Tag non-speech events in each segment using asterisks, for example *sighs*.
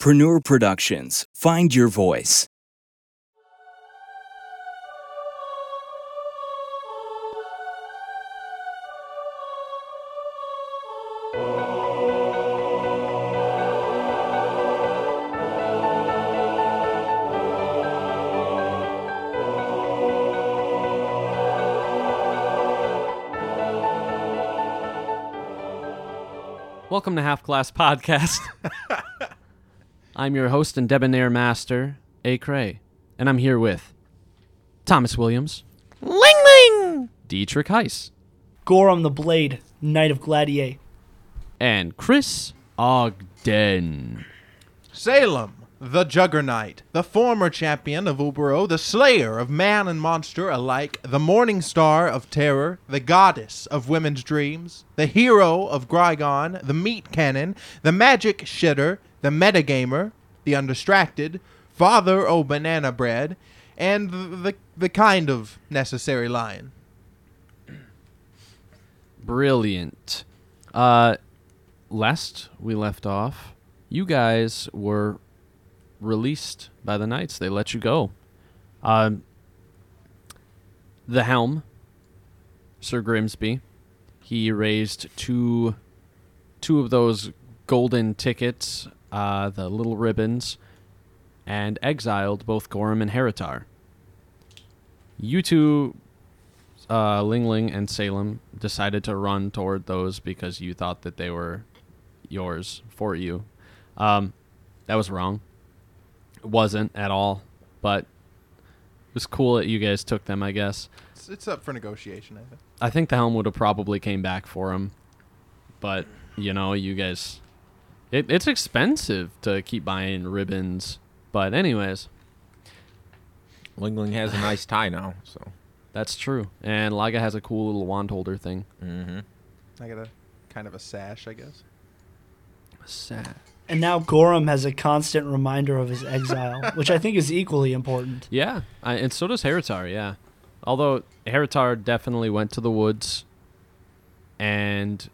Mompreneur Productions. Find your voice. Welcome to Half Class Podcast. I'm your host and debonair master, A. Cray, and I'm here with Thomas Williams, Ling Ling! Dietrich Heiss, Gorom the Blade, Knight of Gladiator. and Chris Ogden. Salem, the Juggernaut, the former champion of Ubero, the slayer of man and monster alike, the morning star of terror, the goddess of women's dreams, the hero of Grygon, the meat cannon, the magic shitter, the metagamer, the undistracted, father o' banana bread, and the, the, the kind of necessary lion. Brilliant. Uh, last we left off, you guys were released by the Knights. They let you go. Um, the helm, Sir Grimsby, he raised two, two of those golden tickets, uh, the little ribbons, and exiled both Gorum and Heritar. You two uh, Ling Ling and Salem decided to run toward those because you thought that they were yours for you. Um, that was wrong. It wasn't at all, but it was cool that you guys took them, I guess. It's, it's up for negotiation, I think. I think the helm would have probably came back for him, but you know, you guys, it, it's expensive to keep buying ribbons. But anyways, Ling Ling has a nice tie now, so that's true. And Laga has a cool little wand holder thing. I got a kind of a sash, I guess. Sad. And now Gorom has a constant reminder of his exile, which I think is equally important. Yeah, I, and so does Heritar. Yeah, although Heritar definitely went to the woods and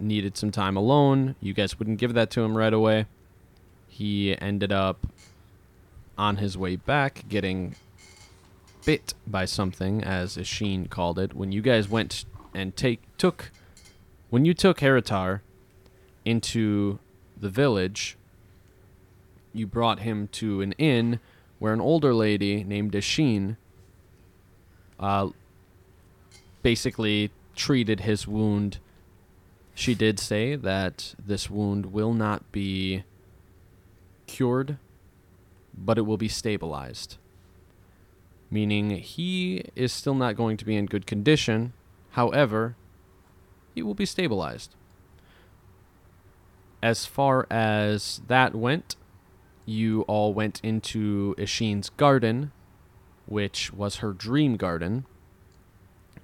needed some time alone. You guys wouldn't give that to him right away. He ended up on his way back getting bit by something, as Isheen called it. When you guys went and take took, when you took Heritar into the village, you brought him to an inn where an older lady named Asheen uh, basically treated his wound. She did say that this wound will not be cured, but it will be stabilized. Meaning he is still not going to be in good condition. However, he will be stabilized. As far as that went, you all went into Isheen's garden, which was her dream garden.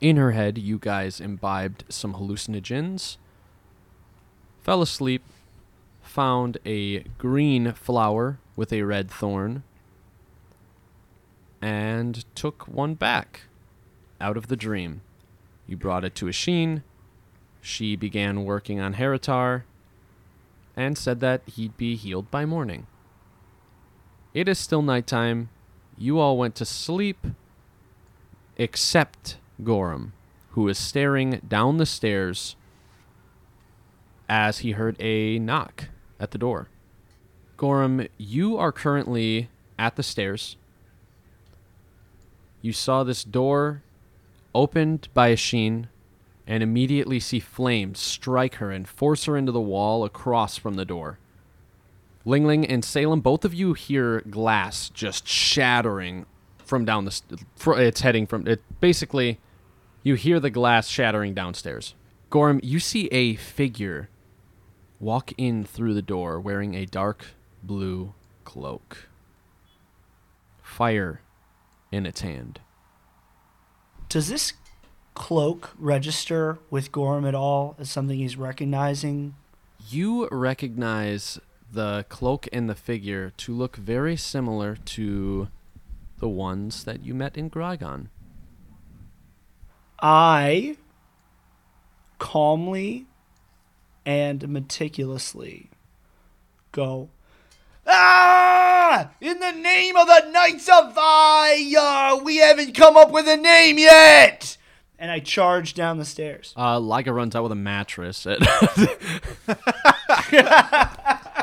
In her head, you guys imbibed some hallucinogens, fell asleep, found a green flower with a red thorn, and took one back out of the dream. You brought it to Isheen. She began working on Heritar and said that he'd be healed by morning. It is still nighttime. You all went to sleep, except Gorham, who is staring down the stairs as he heard a knock at the door. Gorham, you are currently at the stairs. You saw this door opened by Ashin and immediately see flames strike her and force her into the wall across from the door. Ling Ling and Salem, both of you hear glass just shattering from down the. St- fr- it's heading from it. Basically, you hear the glass shattering downstairs. Gorm, you see a figure walk in through the door wearing a dark blue cloak. Fire in its hand. Does this cloak register with Gorom at all as something he's recognizing? You recognize the cloak and the figure to look very similar to the ones that you met in Grygon. I calmly and meticulously go, "Ah!" Ah! In the name of the Knights of Fire! We haven't come up with a name yet! and I charge down the stairs. Uh, Liga runs out with a mattress. At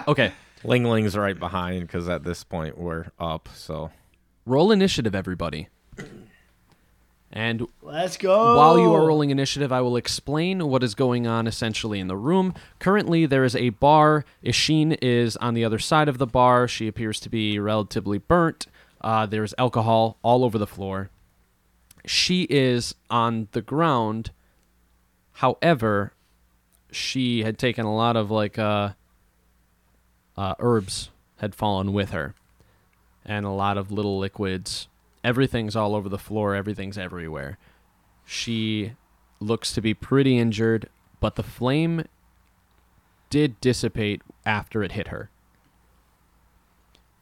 okay, Ling Ling's right behind because at this point we're up. So roll initiative, everybody. And Let's go. While you are rolling initiative, I will explain what is going on essentially in the room. Currently, there is a bar. Ishin is on the other side of the bar. She appears to be relatively burnt. Uh, there's alcohol all over the floor. She is on the ground. However, she had taken a lot of like uh, uh, herbs had fallen with her, and a lot of little liquids. Everything's all over the floor. Everything's everywhere. She looks to be pretty injured, but the flame did dissipate after it hit her.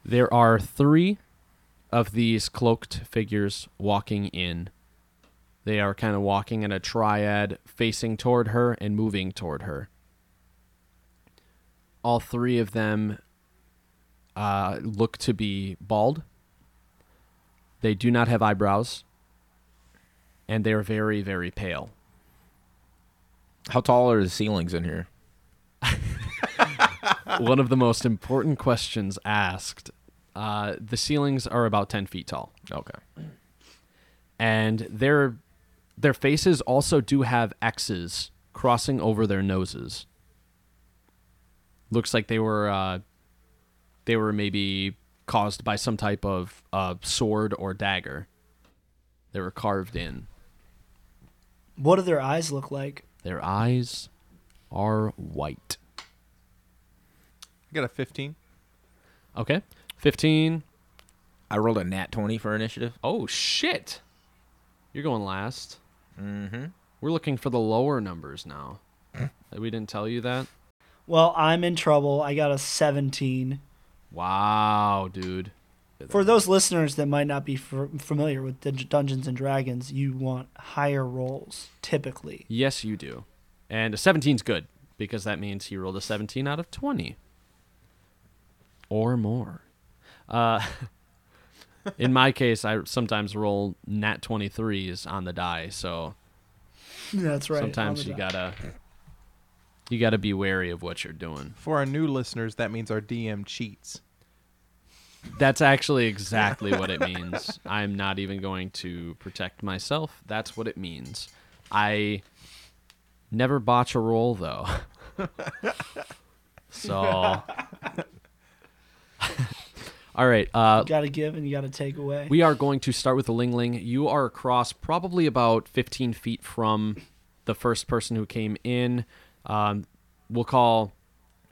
There are three of these cloaked figures walking in. They are kind of walking in a triad, facing toward her and moving toward her. All three of them uh, look to be bald. They do not have eyebrows and they're very, very pale. how tall are the ceilings in here? One of the most important questions asked. Uh, the ceilings are about ten feet tall, Okay. and their their faces also do have X's crossing over their noses. Looks like they were uh, they were maybe caused by some type of uh, sword or dagger. They were carved in. what do their eyes look like? Their eyes are white. I got a 15. Okay, fifteen. I rolled a nat 20 for initiative. Oh shit! You're going last. Mm-hmm. We're looking for the lower numbers now. we didn't tell you that. Well, I'm in trouble. I got a 17. Wow, dude. For those listeners that might not be f- familiar with Dun- Dungeons and Dragons, you want higher rolls typically. Yes, you do. And a 17's good because that means he rolled a 17 out of 20 or more. Uh, *laughs* in my case, I sometimes roll nat 23s on the die, so *laughs* That's right. sometimes you gotta you gotta be wary of what you're doing. For our new listeners, that means our DM cheats. That's actually exactly what it means. *laughs* I'm not even going to protect myself. That's what it means. I never botch a roll though. *laughs* so *laughs* All right, uh got to give and you got to take away. we are going to start with the Ling Ling. You are across probably about 15 feet from the first person who came in. Um, we'll call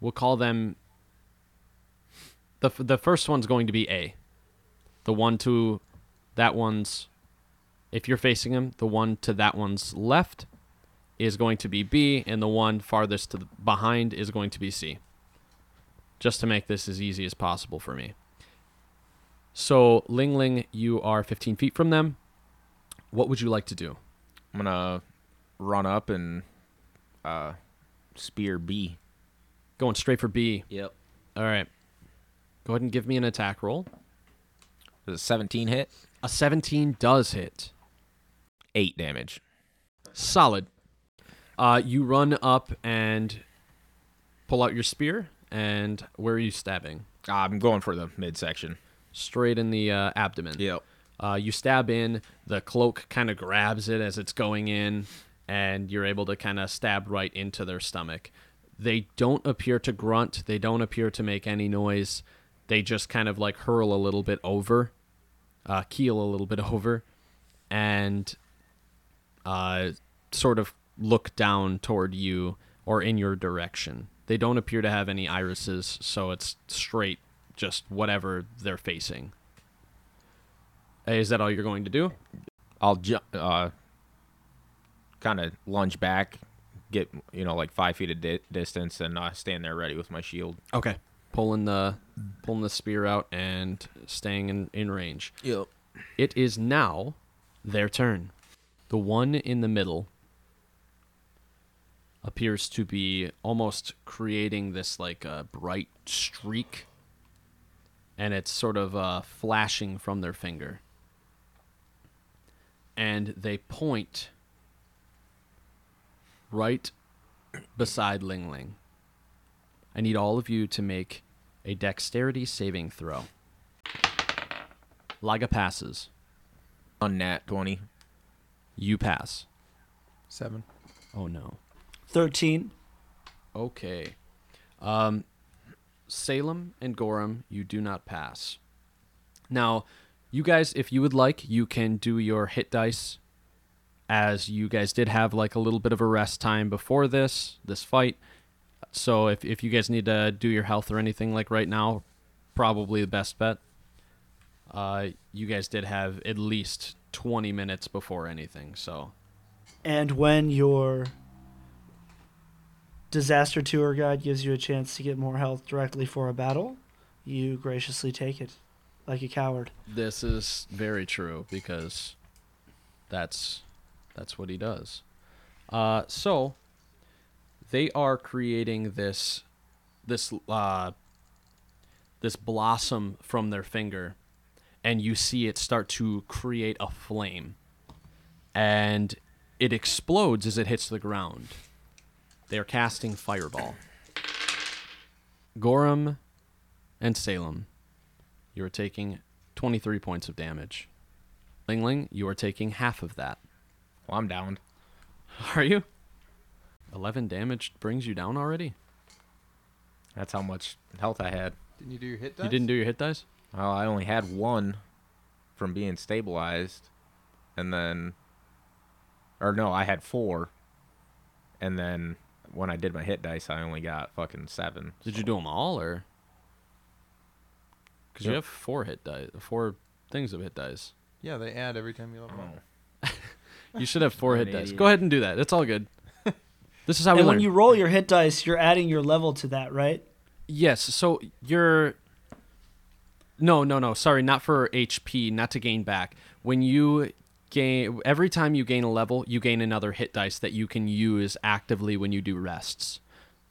we'll call them the f- the first one's going to be A. The one to that one's if you're facing him, the one to that one's left is going to be B and the one farthest to the behind is going to be C. Just to make this as easy as possible for me. So, Ling Ling, you are 15 feet from them. What would you like to do? I'm going to run up and uh, spear B. Going straight for B. Yep. All right. Go ahead and give me an attack roll. Does a 17 hit? A 17 does hit. 8 damage. Solid. Uh, you run up and pull out your spear. And where are you stabbing? Ah, I'm going for the midsection. Straight in the uh, abdomen. Yep. Uh, you stab in, the cloak kind of grabs it as it's going in, and you're able to kind of stab right into their stomach. They don't appear to grunt, they don't appear to make any noise. They just kind of like hurl a little bit over, uh, keel a little bit *laughs* over, and uh, sort of look down toward you or in your direction. They don't appear to have any irises, so it's straight just whatever they're facing. Is that all you're going to do? I'll ju- uh, kind of lunge back, get, you know, like five feet of di- distance, and uh, stand there ready with my shield. Okay. Pulling the pulling the spear out and staying in, in range. Yep. It is now their turn. The one in the middle appears to be almost creating this like a bright uh, streak and it's sort of uh, flashing from their finger. And they point right beside Ling Ling. I need all of you to make a dexterity saving throw. Laga passes. On nat 20. You pass. Seven. Oh no. 13. Okay. Um, Salem and Gorham, you do not pass. Now, you guys, if you would like, you can do your hit dice. As you guys did have like a little bit of a rest time before this this fight, so if if you guys need to do your health or anything like right now, probably the best bet. Uh, you guys did have at least twenty minutes before anything, so And when your disaster tour guide gives you a chance to get more health directly for a battle, you graciously take it like a coward. This is very true because that's that's what he does. Uh, so they are creating this this uh, this blossom from their finger, and you see it start to create a flame, and it explodes as it hits the ground. They are casting fireball. Gorham and Salem, you are taking 23 points of damage. Ling Ling, you are taking half of that. *laughs* Well, I'm down. Are you? 11 damage brings you down already? That's how much health I had. Didn't you do your hit dice? You didn't do your hit dice? Well, I only had one from being stabilized, and then, or no, I had four, and then when I did my hit dice, I only got fucking seven. Did you do them all or? Because you Yep. have four hit dice, four things of hit dice. Yeah, they add every time you level Oh. up. You should have four hit an dice. idiot. Go ahead and do that. It's all good. This is how we and learn. when you roll your hit dice, you're adding your level to that, right? Yes, so you're No, no, no. Sorry, not for HP, not to gain back. When you gain every time you gain a level, you gain another hit dice that you can use actively when you do rests.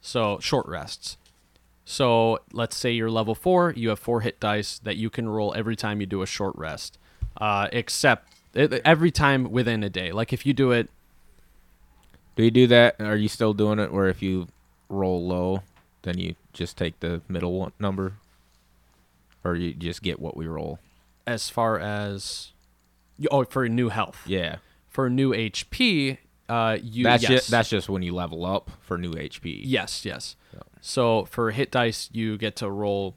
So, short rests. So, let's say you're level 4, you have 4 hit dice that you can roll every time you do a short rest. Uh except it- every time within a day. Like if you do it Do you do that? Are you still doing it where if you roll low, then you just take the middle one number, or you just get what we roll? as far as oh for new health. Yeah, for new HP, uh, you that's yes. just that's just when you level up for new HP. yes, yes. So for hit dice, you get to roll.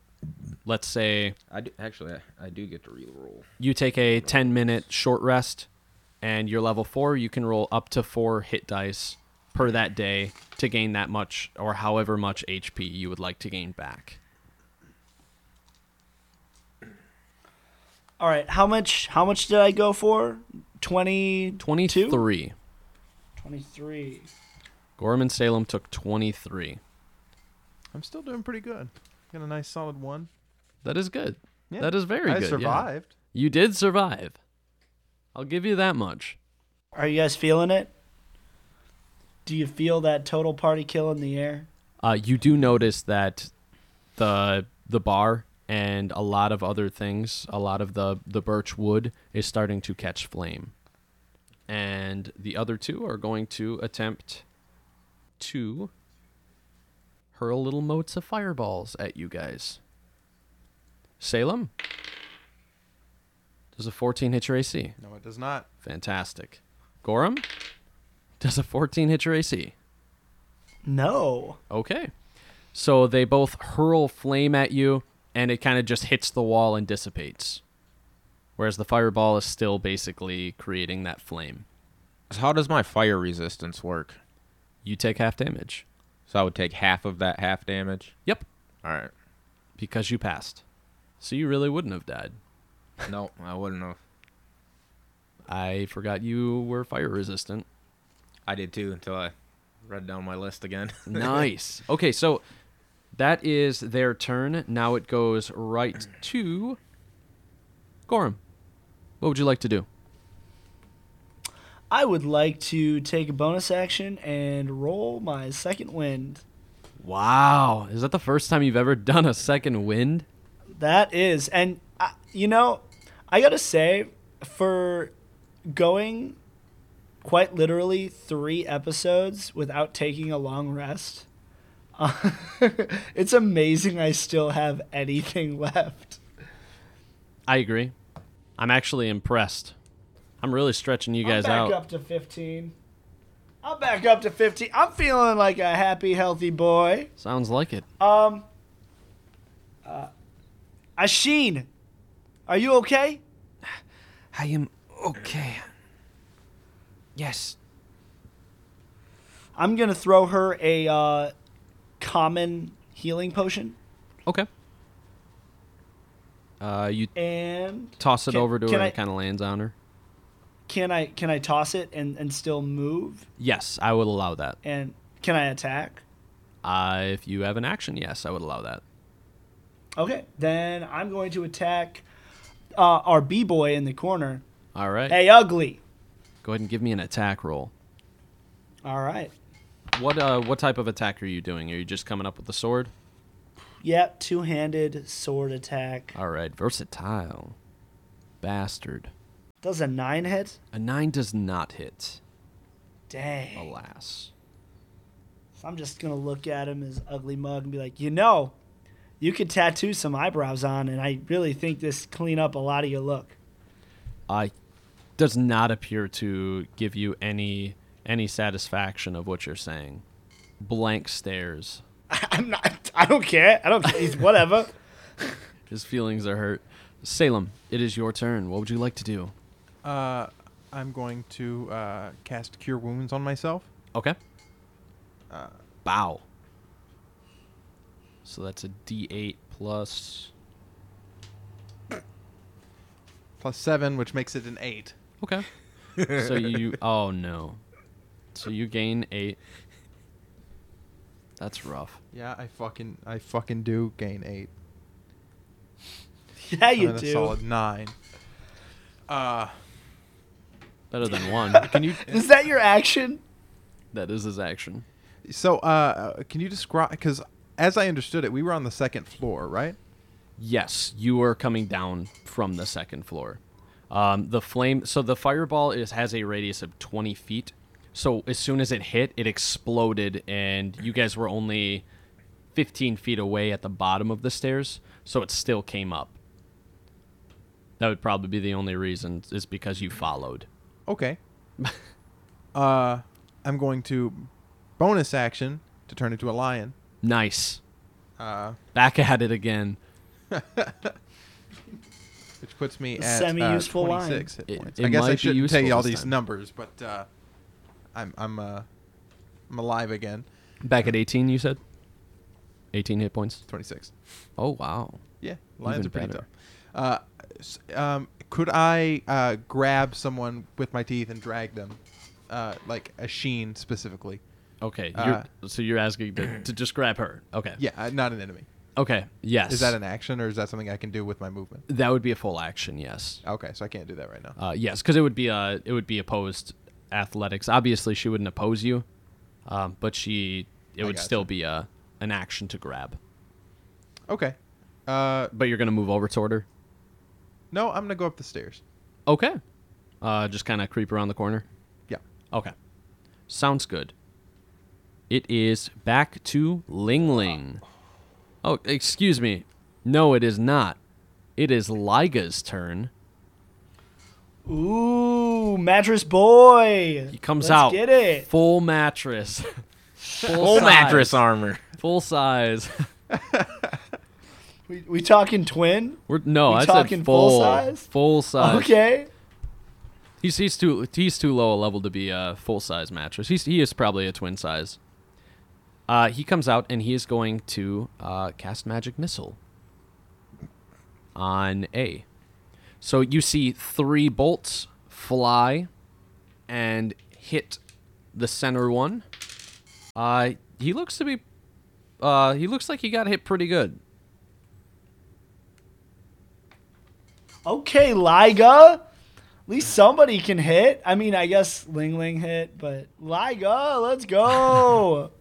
Let's say I do, actually I, I do get to re-roll. you take a ten minute short rest, and you're level four. You can roll up to four hit dice per that day to gain that much or however much HP you would like to gain back. All right, how much how much did I go for? 20 Twenty three. 23. Gorman Salem took twenty three. I'm still doing pretty good. Got a nice solid one. That is good. Yeah. That is very I good. yeah. survived. You did survive. I'll give you that much. Are you guys feeling it? Do you feel that total party kill in the air? Uh, you do notice that the the bar and a lot of other things, a lot of the the birch wood is starting to catch flame, and the other two are going to attempt to hurl little motes of fireballs at you guys. Salem, does a fourteen hit your AC? No, it does not. Fantastic. Gorham, does a fourteen hit your AC? No. Okay. So they both hurl flame at you, and it kind of just hits the wall and dissipates. Whereas the fireball is still basically creating that flame. How does my fire resistance work? You take half damage. So I would take half of that half damage. Yep. All right. Because you passed. So you really wouldn't have died. *laughs* No, I wouldn't have. I forgot you were fire resistant. I did too until I read down my list *laughs* again. Nice. Okay, so that is their turn. Now it goes right to Gorham. What would you like to do? I would like to take a bonus action and roll my second wind. Wow. Is that the first time you've ever done a second wind? That is, and I, you know, I gotta say, for going quite literally three episodes without taking a long rest, *laughs* it's amazing I still have anything *laughs* left. I agree. I'm actually impressed. I'm really stretching you guys I'm out. back up to fifteen. I'm back up to fifteen. I'm feeling like a happy, healthy boy. Sounds like it. Asheen, are you okay? I am okay. Yes. I'm gonna throw her a uh, common healing potion Okay. Uh, you and toss it Can- over to can her I- and it kind of lands on her. can I can I toss it and, and still move Yes, I would allow that. and can I attack? Uh, if you have an action, yes, I would allow that. Okay, then I'm going to attack uh, our b boy in the corner. All right. Hey, ugly. Go ahead and give me an attack roll. All right. What uh, what type of attack are you doing? Are you just coming up with the sword? Yep, two-handed sword attack. All right, versatile, bastard. Does a nine hit? A nine does not hit. Dang. Alas. So I'm just gonna look at him as ugly mug and be like, you know, you could tattoo some eyebrows on, and I really think this clean up a lot of your look. I does not appear to give you any any satisfaction of what you're saying. Blank stares. *laughs* I'm not. I don't care. I don't. It's whatever. His feelings are hurt. Salem, it is your turn. What would you like to do? Uh, I'm going to uh, cast Cure Wounds on myself. Okay. Bow. So that's a D8 plus. Plus seven, which makes it an eight. Okay. *laughs* so you. Oh no. So you gain eight. That's rough. *laughs* Yeah, I fucking, I fucking do gain eight. *laughs* Yeah, you I'm at do. A solid nine. Uh, Better than *laughs* one. Can you? Is that your action? That is his action. so uh, can you describe? Because as I understood it, we were on the second floor, right? Yes, you are coming down from the second floor. Um, the flame. So the fireball is has a radius of twenty feet. So as soon as it hit, it exploded, and you guys were only fifteen feet away at the bottom of the stairs. So it still came up. That would probably be the only reason is because you followed. Okay. *laughs* uh, I'm going to bonus action to turn into a lion. Nice. Uh, Back at it again. which puts me A at semi-useful uh, line. 26 hit It- points. it I guess might I be shouldn't tell you useful all this these time. numbers, but uh, I'm I'm uh, I'm alive again. Back at eighteen, you said. Eighteen hit points. 26. Oh wow. Yeah, lions Even are pretty better. tough. Uh, s- um, could I uh, grab someone with my teeth and drag them, uh, like a sheen specifically? Okay. Uh, you're, so you're asking to, to just grab her. Okay. Yeah, uh, not an enemy. Okay. Yes. Is that an action or is that something I can do with my movement? That would be a full action. Yes. Okay, so I can't do that right now. Uh, yes, because it would be a it would be opposed athletics. Obviously, she wouldn't oppose you, um, but she it I would gotcha. still be a an action to grab. Okay. Uh, But you're gonna move over toward her. no, I'm gonna go up the stairs. Okay. Uh, just kind of creep around the corner. Yeah. Okay. Sounds good. It is back to Ling Ling. Oh, excuse me. No, it is not. It is Liga's turn. Ooh, mattress boy. He comes Let's out. Get it. Full mattress. full Full size. mattress armor. Full size. *laughs* We, we talking twin? We're no, We I talking said full full. size? Full size. okay. He's he's too he's too low a level to be a full size mattress. He's he is probably a twin size. Uh, he comes out and he is going to uh, cast magic missile on A. So you see three bolts fly and hit the center one. Uh, he looks to be uh, he looks like he got hit pretty good. Okay, Liga. At least somebody can hit. I *laughs* mean, I guess Ling Ling hit, but Liga, let's go.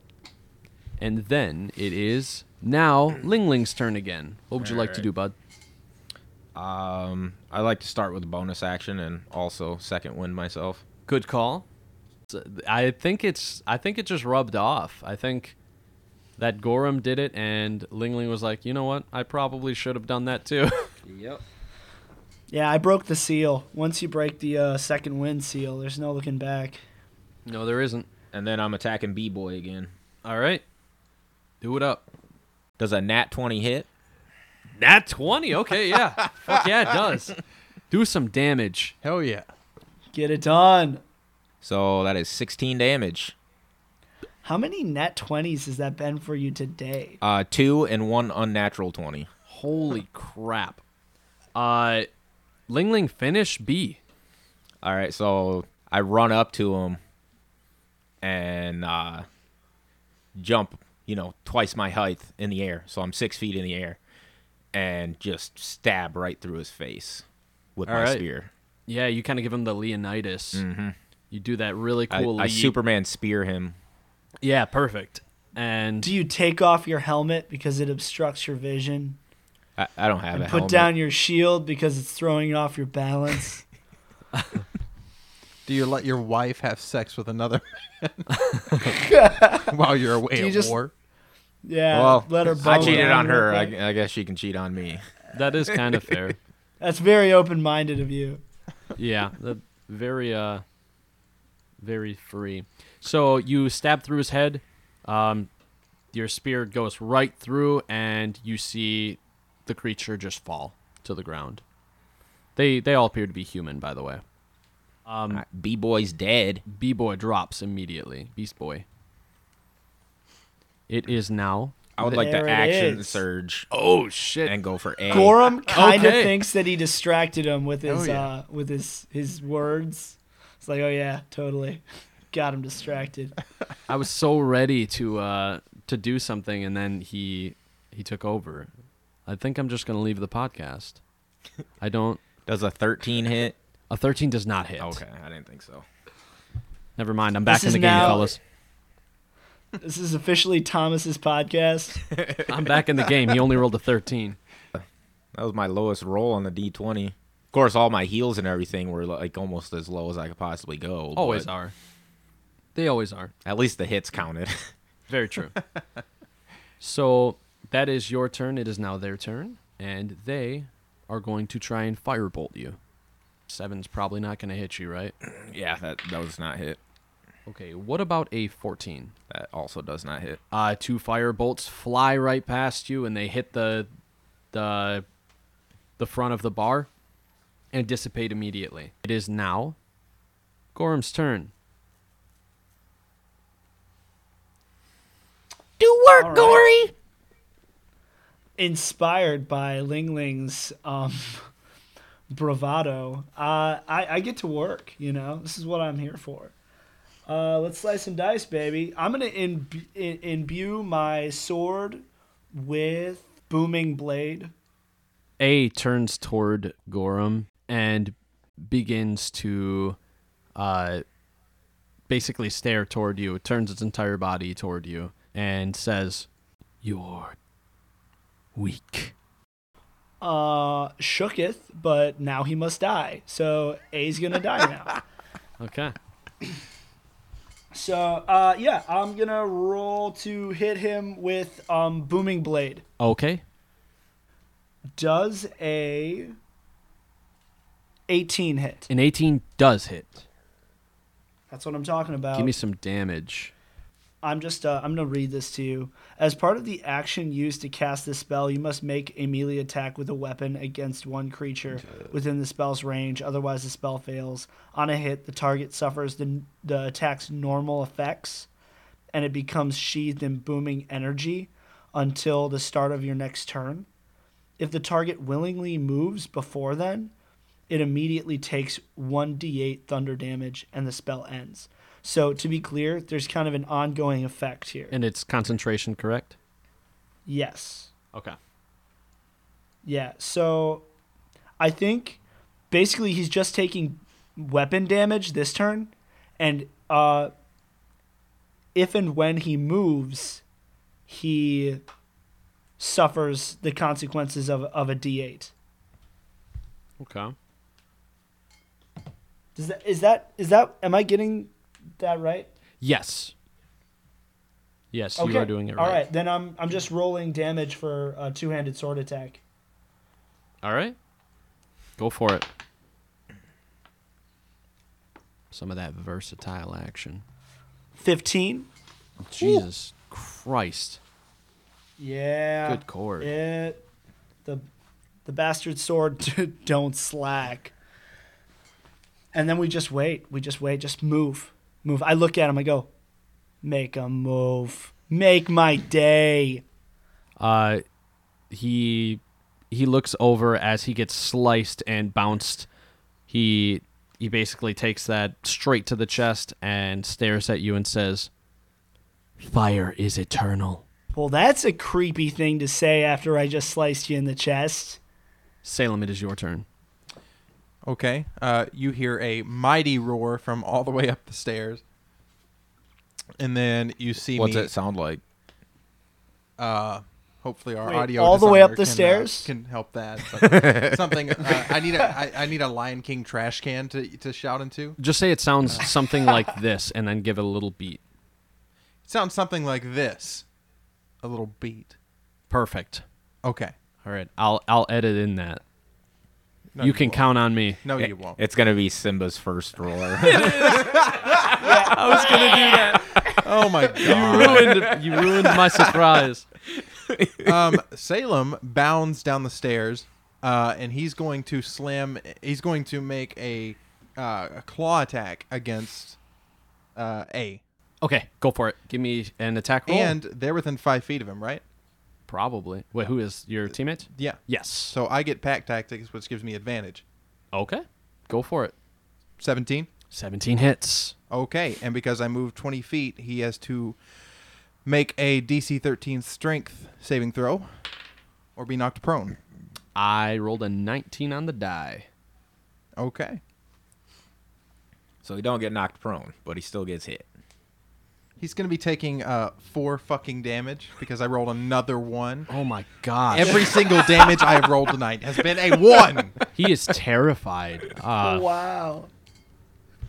and then it is now Ling Ling's turn again. What would you like to do, bud? Um, I like to start with a bonus action and also second wind myself. Good call. So, th- I think it's. I think it just rubbed off. I think that Gorham did it, and Ling Ling was like, you know what? I probably should have done that too. *laughs* Yep. Yeah, I broke the seal. Once you break the uh, second wind seal, there's no looking back. no, there isn't. And then I'm attacking B boy again. All right, do it up. Does a nat twenty hit? Nat twenty. Okay, *laughs* yeah. Fuck yeah, it does. Do some damage. Hell yeah. Get it done. So that is sixteen damage. How many net 20s has that been for you today? Uh, two and one unnatural twenty. Holy crap. Uh, Ling Ling finish B. All right, so I run up to him and uh, jump, you know, twice my height in the air. So I'm six feet in the air and just stab right through his face with All my right. spear. Yeah, you kind of give him the Leonidas. You do that really Mm-hmm. I, cool. I leap. Superman spear him. Yeah, perfect. And Do you take off your helmet because it obstructs your vision? I, I don't have a And helmet. put down your shield because it's throwing off your *laughs* balance? Do you let your wife have sex with another *laughs* man while you're away Do you at just- war? Yeah, well, let her I bone cheated down on real her. I, quick. I guess she can cheat on me. that is kind of *laughs* fair. That's very open-minded of you. Yeah, the, very uh, very free. So you stab through his head. Um, your spear goes right through, and you see the creature just fall to the ground. They they all appear to be human, by the way. Um, B boy's dead. B boy drops immediately. Beast boy. It is now. I would like There to it action is. surge Oh shit! and go for A. Gorham kind of Okay. thinks that he distracted him with his Oh, yeah. uh, with his his words. It's like, oh yeah, totally, *laughs* got him distracted. I was so ready to uh, to do something, and then he he took over. I think I'm just gonna leave the podcast. I don't. Does a 13 hit? A 13 does not hit. Okay, I didn't think so. Never mind. I'm back This in is the game, now- fellas. This is officially Thomas's podcast. I'm back in the game. He only rolled a 13. That was my lowest roll on the D20. Of course, all my heels and everything were like almost as low as I could possibly go. *laughs* Always but are. They always are. At least the hits counted. *laughs* Very true. *laughs* so that is your turn. It is now their turn, and they are going to try and firebolt you. Seven's probably not going to hit you, right? yeah, that that was not hit. Okay. What about a 14? That also does not hit. Uh, two fire bolts fly right past you, and they hit the the the front of the bar and dissipate immediately. It is now Gorham's turn. Do work, All right. Gory. Inspired by Ling Ling's um, bravado, uh, I, I get to work. You know, this is what I'm here for. Uh, let's slice and dice, baby. I'm gonna imbu- im- imbue my sword with booming blade. A turns toward Gorham and begins to uh, basically stare toward you, turns its entire body toward you, and says, You're weak. uh shooketh but now he must die so a's gonna die now Okay. so uh yeah i'm gonna roll to hit him with um booming blade Okay. does a 18 hit An 18 does hit. that's what i'm talking about Give me some damage. i'm just uh, i'm gonna read this to you as part of the action used to cast this spell you must make a melee attack with a weapon against one creature within the spell's range otherwise the spell fails on a hit the target suffers the, the attack's normal effects and it becomes sheathed in booming energy until the start of your next turn. If the target willingly moves before then, it immediately takes 1d8 thunder damage and the spell ends. So, to be clear, there's kind of an ongoing effect here. And it's concentration, correct? yes. Okay. Yeah. So, I think basically he's just taking weapon damage this turn. And uh, if and when he moves, he suffers the consequences of, of a D8. Okay. Does that, is that is that am I getting that right? Yes. Yes, you are doing it right. All right, then I'm I'm just rolling damage for a two-handed sword attack. All right. Go for it. Some of that versatile action. 15. Jesus Christ. Yeah. Good cord. It, the the bastard sword *laughs* don't slack. And then we just wait. We just wait. Just move. Move. I look at him. I go, make a move. Make my day. Uh, he he looks over as he gets sliced and bounced. He he basically takes that straight to the chest and stares at you and says, "Fire is eternal." Well, that's a creepy thing to say after I just sliced you in the chest. Salem, it is your turn. Okay. Uh, you hear a mighty roar from all the way up the stairs, and then you see What's me. it sound like? Uh, hopefully, our Wait, audio all the way up designer the can, uh, stairs? can help that. *laughs* but something. Uh, I need a. I, I need a Lion King trash can to to shout into. Just say it *laughs* sounds something like this, and then give it a little beat. It sounds something like this. A little beat. Perfect. Okay. All right, I'll I'll edit in that. No, you can won't. count on me. No, It- you won't. It's gonna be Simba's first roar. *laughs* oh *laughs* my god. ruined *laughs* you ruined *laughs* my surprise. um, Salem bounds down the stairs, uh, and he's going to slam. He's going to make a, uh, a claw attack against uh, A, Okay, go for it. Give me an attack roll. and they're within five feet of him, right? Probably. Wait, who is your teammate? Yeah. Yes. So I get pack tactics, which gives me advantage. okay, go for it. Seventeen. 17 hits. Okay, and because I moved twenty feet, he has to make a DC thirteen Strength saving throw, or be knocked prone. I rolled a 19 on the die. Okay. so he don't get knocked prone, but he still gets hit. He's gonna be taking uh, four fucking damage because I rolled another one. Oh my gosh. Every single damage I have rolled tonight has been a one. he is *laughs* terrified. Uh, wow.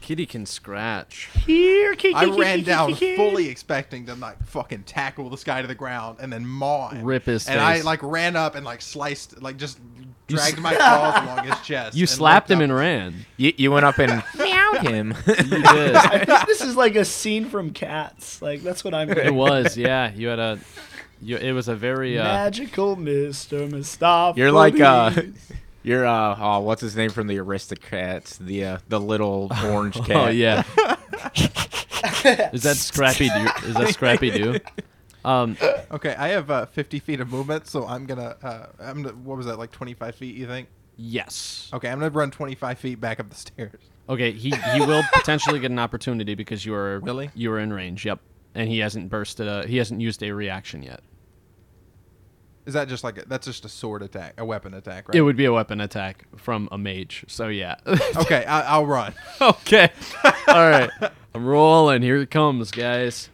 kitty can scratch. Here, ki- I ki- ki- *laughs* ran ki- down ki- ki- fully expecting to like fucking tackle this guy to the ground and then maw him. Rip his And I face. like ran up and like sliced, like just dragged *laughs* my claws along his chest. You and slapped looked him up. and *laughs* ran. You, you went up *laughs* and meowed him. You did. I think this is like a scene from Cats. Like that's what I'm. it was, yeah. You had a. You, it was a very. Uh, Magical Mister Mistopheles. You're like uh, you're uh, oh, what's his name from the Aristocrats? The uh, the little *laughs* orange cat. oh yeah. is that Scrappy Doo? Is that Scrappy Doo? Um, Okay, I have uh, 50 feet of movement, so I'm gonna. Uh, I'm gonna, what was that? Like 25 feet? You think? yes. Okay, I'm gonna run 25 feet back up the *laughs* stairs. Okay, he he will potentially get an opportunity because you are Will he? you are in range. Yep, and he hasn't bursted. A, he hasn't used a reaction yet. Is that just like a, that's just a sword attack, a weapon attack, right? It would be a weapon attack from a mage. So yeah. *laughs* *laughs* okay, I, I'll run. *laughs* okay. All right. I'm rolling. Here it comes, guys.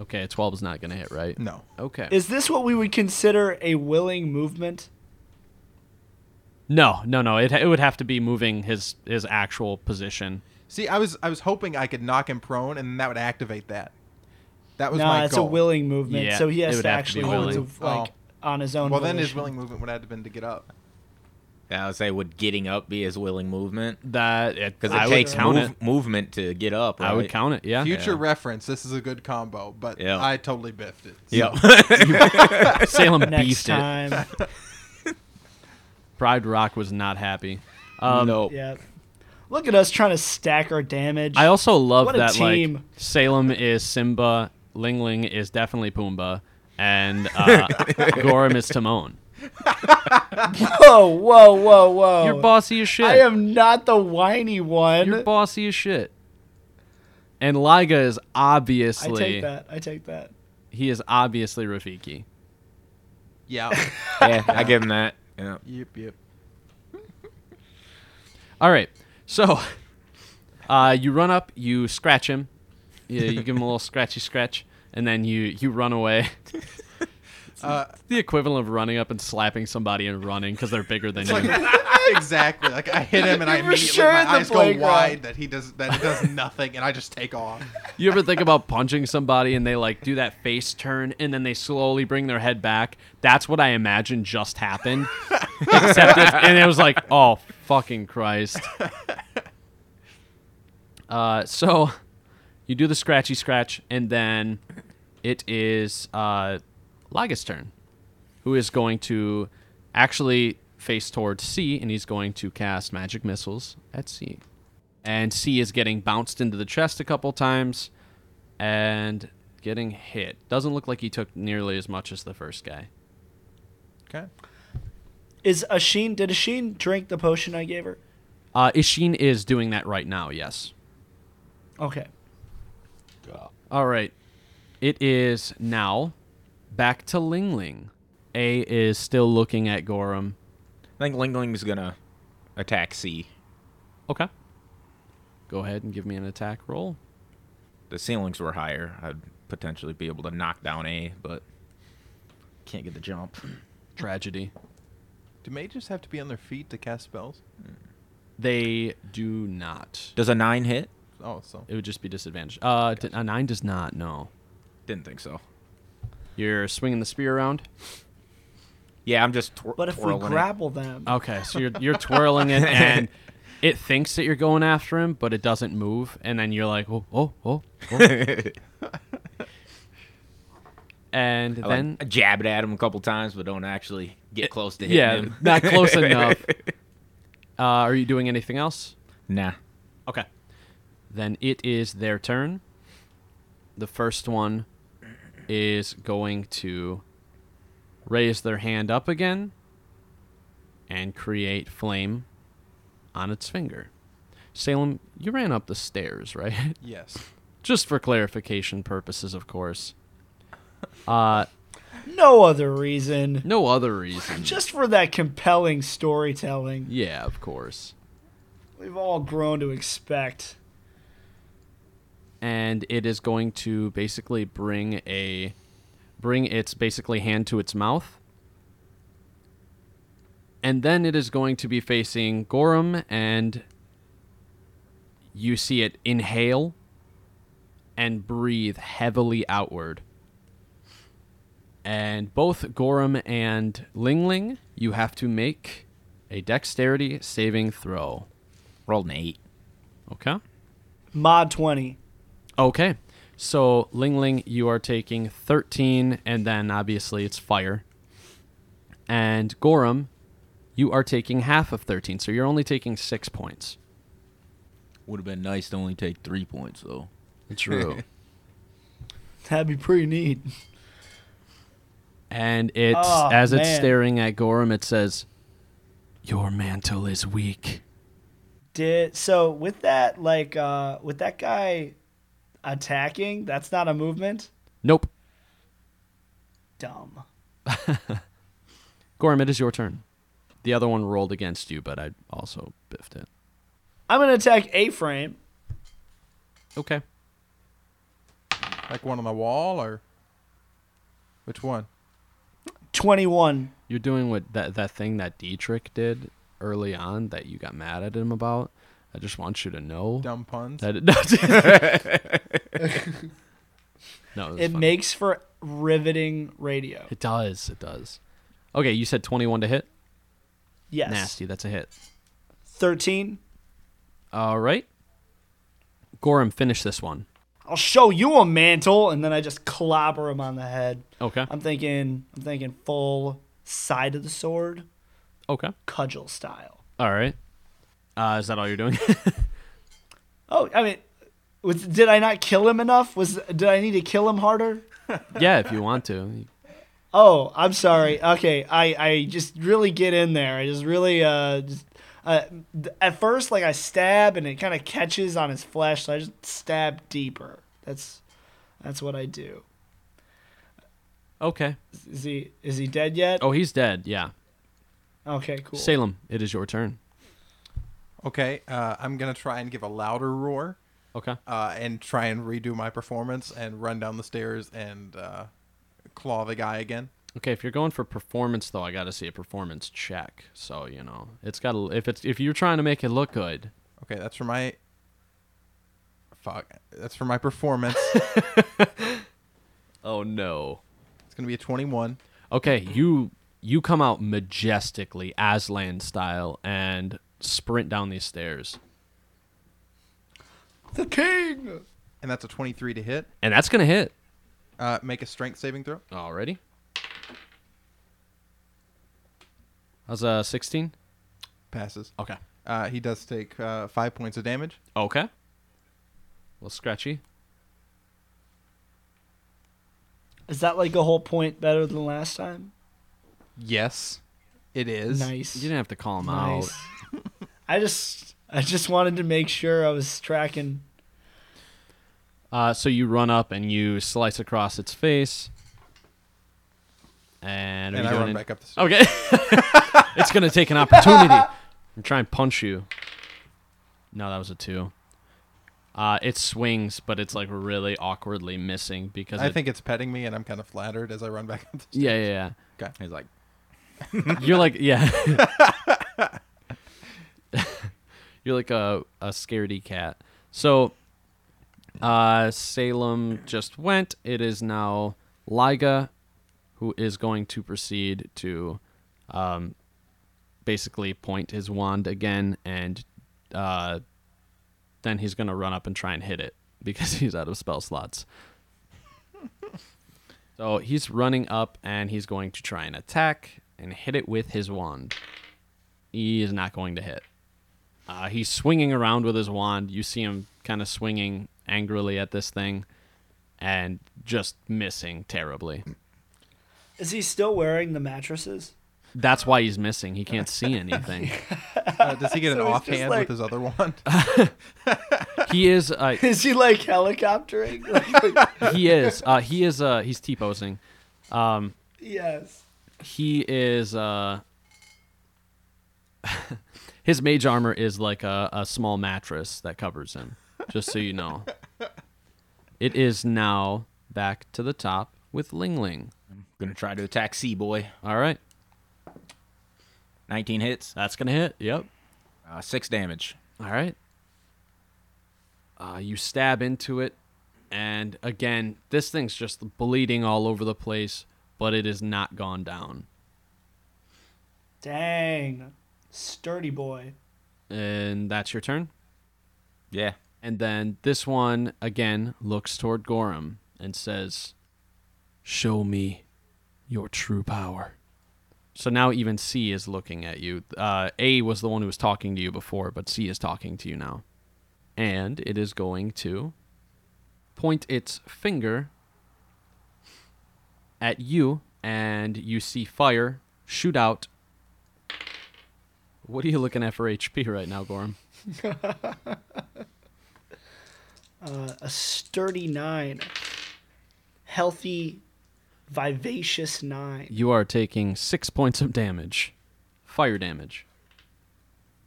Okay, a 12 is not going to hit, right? No. Okay. Is this what we would consider a willing movement? no, no, no. It it would have to be moving his his actual position. See, I was I was hoping I could knock him prone, and that would activate that. That was No, my it's goal. Oh. a willing movement, Yeah, so he it has would to have to be actually do it willing. to, like on his own. Well, then his volition. willing movement would have been to get up. I would say would getting up be his willing movement? That it, Because it I would takes count move, it. movement to get up. I would right? count it. Yeah. Future reference. This is a good combo, but Yeah. I totally biffed it. Yeah. *laughs* Salem next beefed it. *laughs* time. Pride Rock was not happy. Um, no. yeah. Look at us trying to stack our damage. I also love What a that like team. Salem is Simba, Ling Ling is definitely Pumbaa, and uh, *laughs* Gorum is Timon. *laughs* whoa, whoa, whoa, whoa! You're bossy as shit. Oh. I am not the whiny one. You're bossy as shit. And Liga is I obviously take that. I take that. he is obviously Rafiki. Yeah. *laughs* yeah, *laughs* I give him that. Yeah. yep. Yep. All right, so *laughs* uh, you run up, you scratch him, you, you give him a little scratchy scratch, and then you you run away. Uh, the equivalent of running up and slapping somebody and running because they're bigger than you. *laughs* exactly. Like I hit him, and I You were immediately sure my in the eyes go playground. wide that he does that he does nothing, and I just take off. You ever think about punching somebody and they like do that face turn and then they slowly bring their head back? That's what I imagine just happened. Except it, and it was like, oh fucking Christ. Uh, so you do the scratchy scratch and then it is uh, Laga's turn, who is going to actually face towards C and he's going to cast magic missiles at C and C is getting bounced into the chest a couple times and getting hit. Doesn't look like he took nearly as much as the first guy. Okay. Is Ashin? Did Ashin drink the potion I gave her? Uh, Ishin is doing that right now, yes. Okay. All right. It is now back to Ling Ling. A is still looking at Gorham. I think Ling Ling's gonna attack C. Okay. Go ahead and give me an attack roll. The ceilings were higher. I'd potentially be able to knock down A, but can't get the jump. Tragedy. Do mages have to be on their feet to cast spells? They do not. Does a nine hit? Oh, so It would just be disadvantage. Uh, d- a nine does not. No. Didn't think so. You're swinging the spear around. Yeah, I'm just twir- But if we twirling it. grapple them, Okay, so you're you're twirling it, and it thinks that you're going after him, but it doesn't move, and then you're like, oh, oh, oh, oh. and I, like, then jab it at him a couple times, but don't actually get close to hitting yeah, him. not close *laughs* enough. Uh, are you doing anything else? Nah. Okay, then it is their turn. The first one is going to raise their hand up again and create flame on its finger. Salem, you ran up the stairs, *laughs* right? yes. Just for clarification purposes, of course. Uh, no other reason, no other reason. just for that compelling storytelling yeah, of course. we've all grown to expect. and it is going to basically bring a bring its basically hand to its mouth and then it is going to be facing Gorham and you see it inhale and breathe heavily outward and both Gorham and Ling Ling you have to make a dexterity saving throw Rolled an eight. okay Mod twenty. Okay. So, Ling Ling, you are taking 13, and then obviously it's fire. And Gorham, you are taking half of 13, so you're only taking six points. Would have been nice to only take three points though. True. That'd be pretty neat. and it's Oh, as it's man. staring at Gorham, it says, "Your mantle is weak." Did so with that like uh with that guy attacking, that's not a movement. Nope. Dumb. Gorham, it is your turn. The other one rolled against you, but I also biffed it. I'm gonna attack A frame. Okay. Like one on the wall or which one? Twenty one. You're doing what that that thing that Dietrich did early on that you got mad at him about. I just want you to know Dumb puns. that it *laughs* does. no, it, It makes makes for riveting radio. it does. It does. Okay, you said 21 to hit. Yes. Nasty. That's a hit. Thirteen. All right. Gorham, finish this one. I'll show you a mantle, and then I just clobber him on the head. Okay. I'm thinking, I'm thinking full side of the sword, Okay. cudgel style. All right. Uh, is that all you're doing? Oh, I mean, was, did I not kill him enough? Was did I need to kill him harder? *laughs* yeah, *laughs* if you want to. Oh, I'm sorry. Okay, I, I just really get in there. I just really uh, just, uh th- at first like I stab and it kind of catches on his flesh, so I just stab deeper. That's that's what I do. Okay. Is he is he dead yet? Oh, he's dead. Yeah. Oh. Okay, cool. Salem, it is your turn. Okay, uh, I'm gonna try and give a louder roar. Okay. uh, and try and redo my performance and run down the stairs and uh, claw the guy again. Okay, if you're going for performance though, I got to see a performance check. So, you know, it's got to if it's if you're trying to make it look good, Okay, that's for my. Fuck, that's for my performance. oh no. it's gonna be a twenty-one. Okay, you you come out majestically Aslan style and sprint down these stairs. The king. and that's a 23 to hit. And that's going to hit. Uh, make a strength saving throw. Already? How's uh 16? Passes. Okay. Uh, he does take uh, five points of damage. Okay. A little scratchy. Is that like a whole point better than last time? Yes, it is. Nice. You didn't have to call him nice. *laughs* out. I just I just wanted to make sure I was tracking. Uh, so you run up and you slice across its face. And, are And you I doing run it- Oh, back up the stairs. Okay. *laughs* it's going to take an opportunity and try and punch you. No, that was a two. Uh, it swings, but it's like really awkwardly missing because I it- think it's petting me, and I'm kind of flattered as I run back up the *laughs* stairs. Yeah, yeah, He's like, yeah. You're like, yeah. *laughs* You're like a, a scaredy cat. So, uh, Salem just went. It is now Liga, who is going to proceed to um, basically point his wand again, and uh, then he's going to run up and try and hit it because *laughs* he's out of spell slots. so he's running up and he's going to try and attack and hit it with his wand. He is not going to hit. Uh, he's swinging around with his wand. You see him kind of swinging angrily at this thing and just missing terribly. Is he still wearing the mattresses? *laughs* That's why he's missing. He can't see anything. Uh, does he get an So he's just offhand like- with his other wand? *laughs* He is. Uh, Is he like helicoptering? *laughs* Like, like, he is. Uh, he is. Uh, he's t posing. yes. He is. Uh, *laughs* his mage armor is like a, a small mattress that covers him. Just so you know. It is now back to the top with Ling Ling. gonna try to attack C boy. All right, 19 hits, that's gonna hit. Yep. uh, six damage. All right. Uh, you stab into it, and again, this thing's just bleeding all over the place, but it is not gone down. Dang. Sturdy boy. And that's your turn. Yeah. And then this one again looks toward Gorham and says, "Show me your true power." So now even C is looking at you. Uh, A was the one who was talking to you before, but C is talking to you now, and it is going to point its finger at you, and you see fire shoot out. What are you looking at for HP right now, Gorham? Uh, a sturdy nine. Healthy, vivacious nine. You are taking six points of damage, fire damage.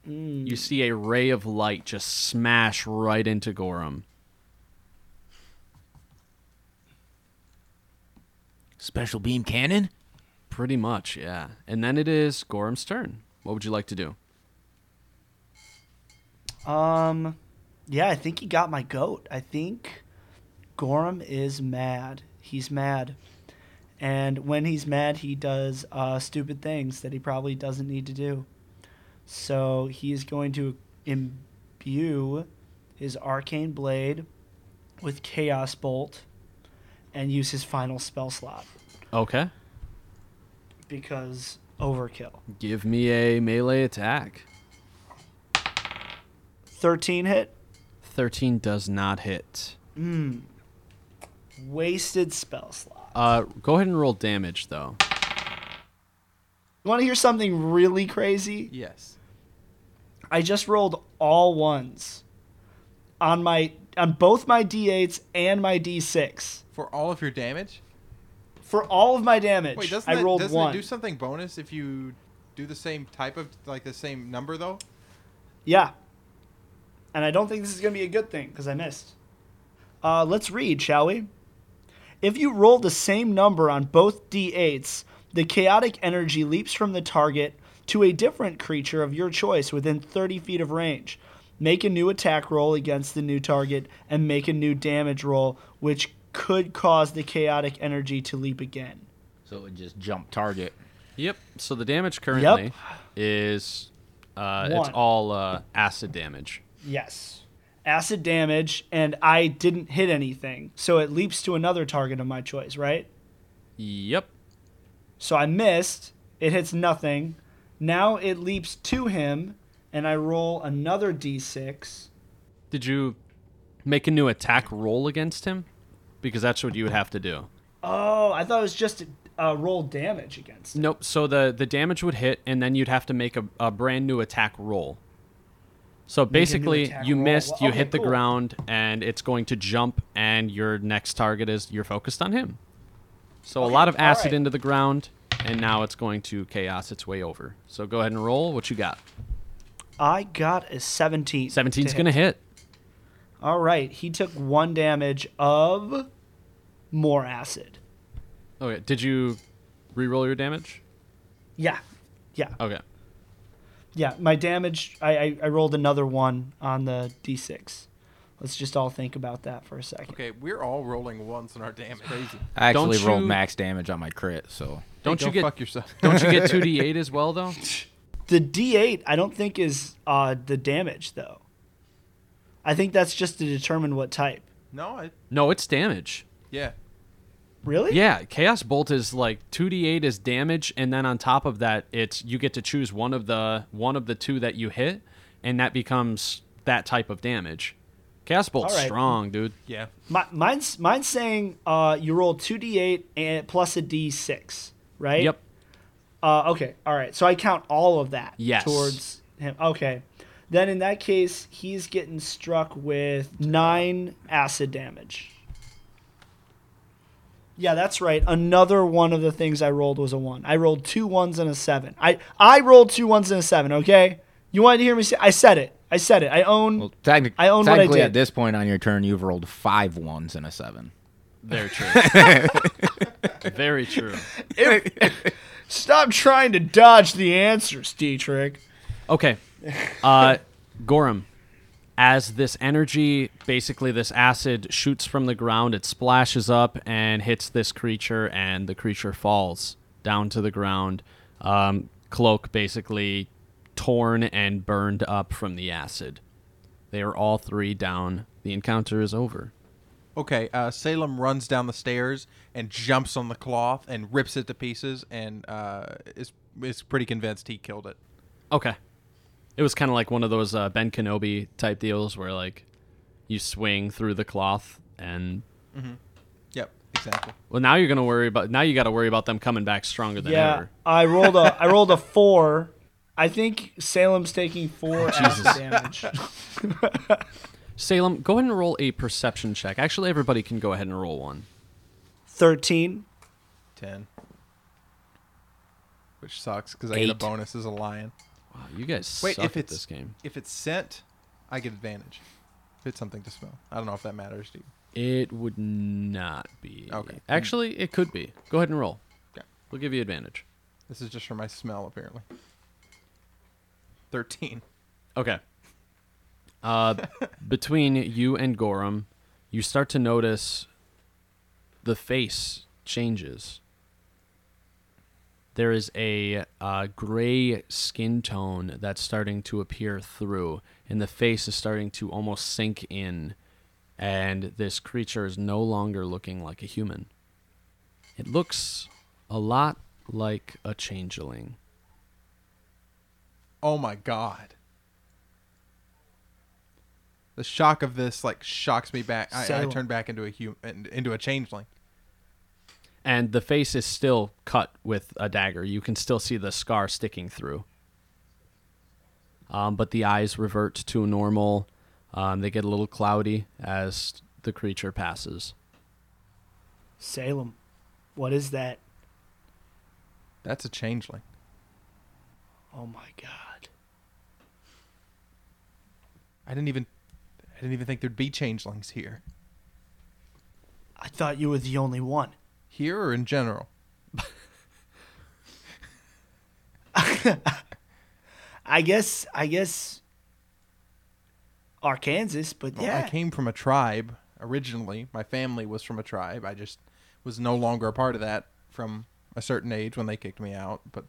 You see a ray of light just smash right into Gorham. Special beam cannon? Pretty much, yeah. And then it is Gorham's turn. What would you like to do? Um, yeah, I think he got my goat. I think Gorham is mad. He's mad. And when he's mad, he does uh, stupid things that he probably doesn't need to do. So he is going to imbue his arcane blade with chaos bolt and use his final spell slot Okay. because overkill. Give me a melee attack. 13 hit, 13 does not hit. wasted spell slot. Uh, go ahead and roll damage, though. You want to hear something really crazy? yes. I just rolled all ones on my on both my d8s and my d6 For all of your damage. for all of my damage. Wait, doesn't I it, rolled doesn't one. it do something bonus if you do the same type of like the same number though? yeah, and I don't think this is going to be a good thing because I missed. Uh, let's read, shall we? If you roll the same number on both d8s, the chaotic energy leaps from the target to a different creature of your choice within 30 feet of range. Make a new attack roll against the new target and make a new damage roll, which could cause the chaotic energy to leap again. So it just jumped target. Yep. So the damage currently is uh, it's One. all uh, acid damage. Yes. Acid damage, and I didn't hit anything, so it leaps to another target of my choice, right? Yep. So I missed. It hits nothing. Now it leaps to him, and I roll another d6. Did you make a new attack roll against him? Because that's what you would have to do. Oh, I thought it was just uh, roll damage against. It. Nope. So the the damage would hit, and then you'd have to make a, a brand new attack roll. So basically, attack you roll. missed. Well, you okay, hit the cool. ground, and it's going to jump, and your next target is you're focused on him. So a lot of all acid right. into the ground, and now it's going to chaos its way over. So go ahead and roll. What you got? I got a 17. 17's gonna hit. All right, he took one damage of more acid. Okay. Oh, Did you re-roll your damage? Yeah, yeah, Okay. yeah. My damage, I, I, I rolled another one on the d6. Let's just all think about that for a second. Okay, we're all rolling ones in our damage. Crazy. I actually Don't rolled you- max damage on my crit, so Don't Go you get *laughs* fuck yourself. *laughs* don't you get two d eight as well though? The D8, I don't think is uh, the damage though. I think that's just to determine what type. no, I, No, it's damage. yeah. Really? Yeah, Chaos Bolt is like 2d8 is damage and then on top of that it's you get to choose one of the one of the two that you hit and that becomes that type of damage. Chaos Bolt's All right. strong, dude. Yeah. My, mine's mine's saying uh, you roll two D8 and plus a D6, right? Yep. Uh, okay. All right. So I count all of that. Yes. Towards him. Okay. Then in that case, he's getting struck with nine acid damage. Yeah, that's right. Another one of the things I rolled was a one. I rolled two ones and a seven. I I rolled two ones and a seven. Okay. You wanted to hear me say? I said it. I said it. I own. well, technic- I own what I technically did. at this point on your turn, you've rolled five ones and a seven. Very true. *laughs* Very true. Stop trying to dodge the answers, Dietrich. Okay. Uh, Gorham, as this energy, basically this acid, shoots from the ground, it splashes up and hits this creature, and the creature falls down to the ground. Um, cloak basically torn and burned up from the acid. They are all three down. The encounter is over. Okay, uh, Salem runs down the stairs and jumps on the cloth and rips it to pieces and uh, is is pretty convinced he killed it. Okay. It was kind of like one of those uh, Ben Kenobi type deals where, like, you swing through the cloth and Yep, exactly. Well, now you're gonna worry about now you got to worry about them coming back stronger than Yeah, ever. I rolled a I rolled a four. I think Salem's taking four acid damage. Salem, go ahead and roll a perception check. Actually, everybody can go ahead and roll one. Thirteen. Ten. Which sucks because I get a Eight. bonus as a lion. Wow, you guys Wait, suck if at it's this game. if it's scent, I get advantage. If it's something to smell, I don't know if that matters to you. It would not be. Okay. Actually, it could be. Go ahead and roll. Okay. We'll give you advantage. This is just for my smell, apparently. Thirteen. Okay. Uh, *laughs* between you and Gorham, you start to notice the face changes. There is a uh, gray skin tone that's starting to appear through, and the face is starting to almost sink in. And this creature is no longer looking like a human. It looks a lot like a changeling. Oh my god. The shock of this like shocks me back. I, I Salem. turn back into a human, into a changeling. and the face is still cut with a dagger. You can still see the scar sticking through. Um, but the eyes revert to normal. Um, they get a little cloudy as the creature passes. Salem, what is that? That's a changeling. Oh my god. I didn't even didn't even think there'd be changelings here. I thought you were the only one. Here or in general? I guess. I guess. Arkansas, but Well, yeah. I came from a tribe originally. My family was from a tribe. I just was no longer a part of that from a certain age when they kicked me out. But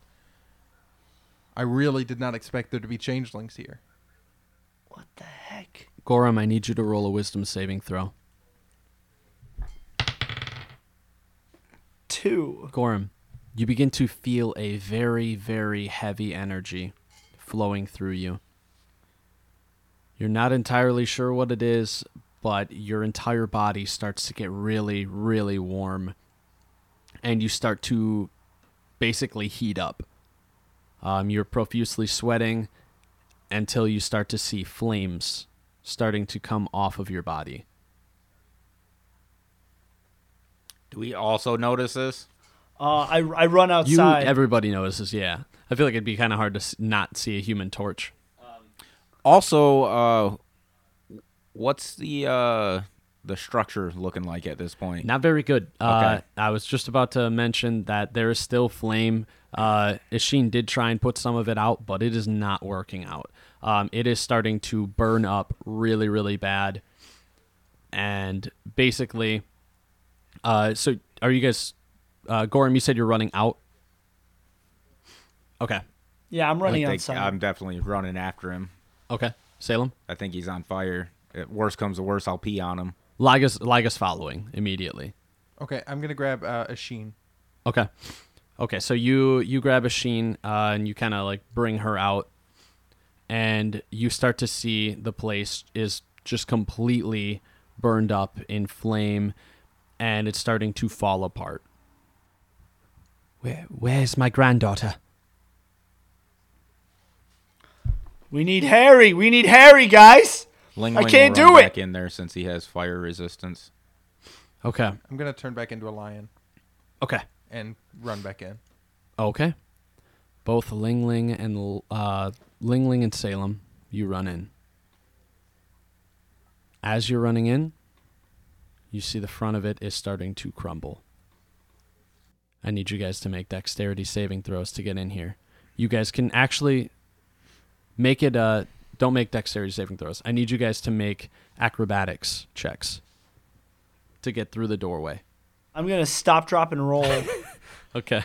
I really did not expect there to be changelings here. What the heck? Gorham, I need you to roll a wisdom saving throw. Two. Gorham, you begin to feel a very, very heavy energy flowing through you. You're not entirely sure what it is, but your entire body starts to get really, really warm. And you start to basically heat up. Um, you're profusely sweating until you start to see flames starting to come off of your body. Do we also notice this? Uh, I I run You, outside. everybody notices, yeah. I feel like it'd be kind of hard to s- not see a human torch. Also, uh, what's the uh, the structure looking like at this point? Not very good. Uh, Okay. I was just about to mention that there is still flame. Uh, Ishin did try and put some of it out, but it is not working out. Um, it is starting to burn up really, really bad. And basically, uh, so are you guys, uh, Gorham, you said you're running out? Okay. yeah, I'm I running think- outside. I'm definitely running after him. Okay. Salem? I think he's on fire. If worst comes to worst, I'll pee on him. Ligas, Ligas following immediately. Okay, I'm gonna grab uh, a sheen. Okay. Okay, so you you grab a sheen uh, and you kind of like bring her out, and you start to see the place is just completely burned up in flame, and it's starting to fall apart. Where where's my granddaughter? we need Harry. We need Harry, guys. Ling I Ling will can't run do it! Back in there since he has fire resistance. Okay. I'm gonna turn back into a lion Okay. and run back in. Okay. Both Ling Ling and L- uh, Ling Ling and Salem, you run in. As you're running in, you see the front of it is starting to crumble. I need you guys to make dexterity saving throws to get in here. You guys can actually make it. Uh, don't make dexterity saving throws. I need you guys to make acrobatics checks to get through the doorway. I'm gonna stop, drop, and *laughs* roll. Okay.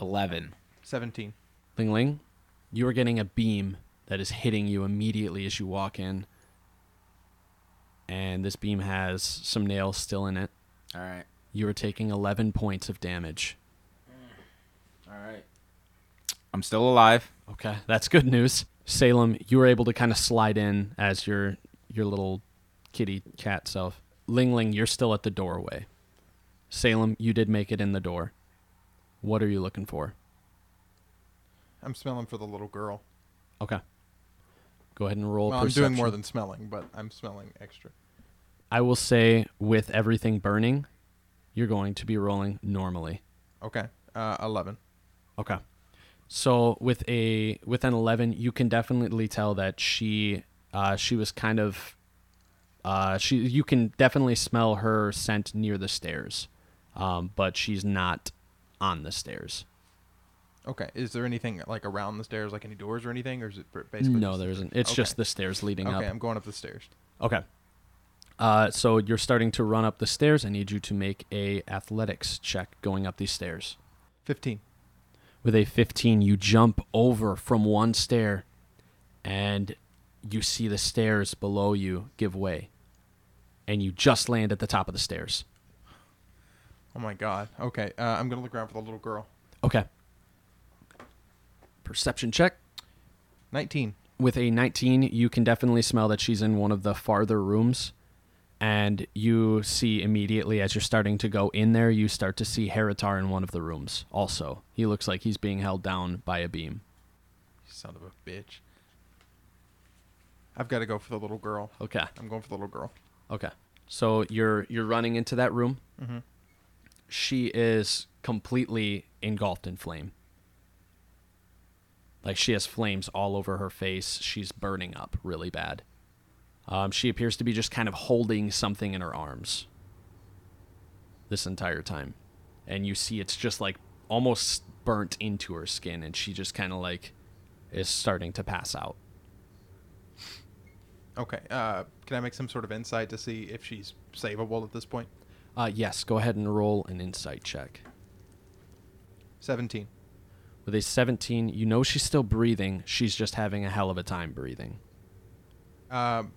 Eleven. Seventeen. Ling Ling, you are getting a beam that is hitting you immediately as you walk in. And this beam has some nails still in it. All right. You are taking 11 points of damage. All right. I'm still alive. Okay, that's good news. Salem, you were able to kind of slide in as your your little kitty cat self. Ling Ling, you're still at the doorway. Salem, you did make it in the door. What are you looking for? I'm smelling for the little girl. Okay. Go ahead and roll Well, perception. I'm doing more than smelling, but I'm smelling extra. I will say with everything burning, you're going to be rolling normally. Okay, uh, eleven. Okay. So with a with an eleven, you can definitely tell that she uh, she was kind of uh, she you can definitely smell her scent near the stairs, um, but she's not on the stairs. Okay, is there anything like around the stairs, like any doors or anything, or is it b- basically? No, just- there isn't. It's Okay. just the stairs leading up. Okay, I'm going up the stairs. Okay. Uh, so you're starting to run up the stairs. I need you to make a athletics check going up these stairs. Fifteen. With a 15, you jump over from one stair and you see the stairs below you give way. And you just land at the top of the stairs. Oh my god. Okay, uh, I'm gonna look around for the little girl. Okay. Perception check. Nineteen. With a 19, you can definitely smell that she's in one of the farther rooms. And you see immediately as you're starting to go in there, you start to see Heritar in one of the rooms also. He looks like he's being held down by a beam. Son of a bitch. I've got to go for the little girl. Okay. I'm going for the little girl. Okay. So you're you're running into that room. She is completely engulfed in flame. Like she has flames all over her face. She's burning up really bad. Um, she appears to be just kind of holding something in her arms this entire time. And you see it's just like almost burnt into her skin, and she just kind of like is starting to pass out. Okay. Uh, can I make some sort of insight to see if she's savable at this point? Uh, yes, go ahead and roll an insight check. 17. With a 17, you know she's still breathing. She's just having a hell of a time breathing. Um,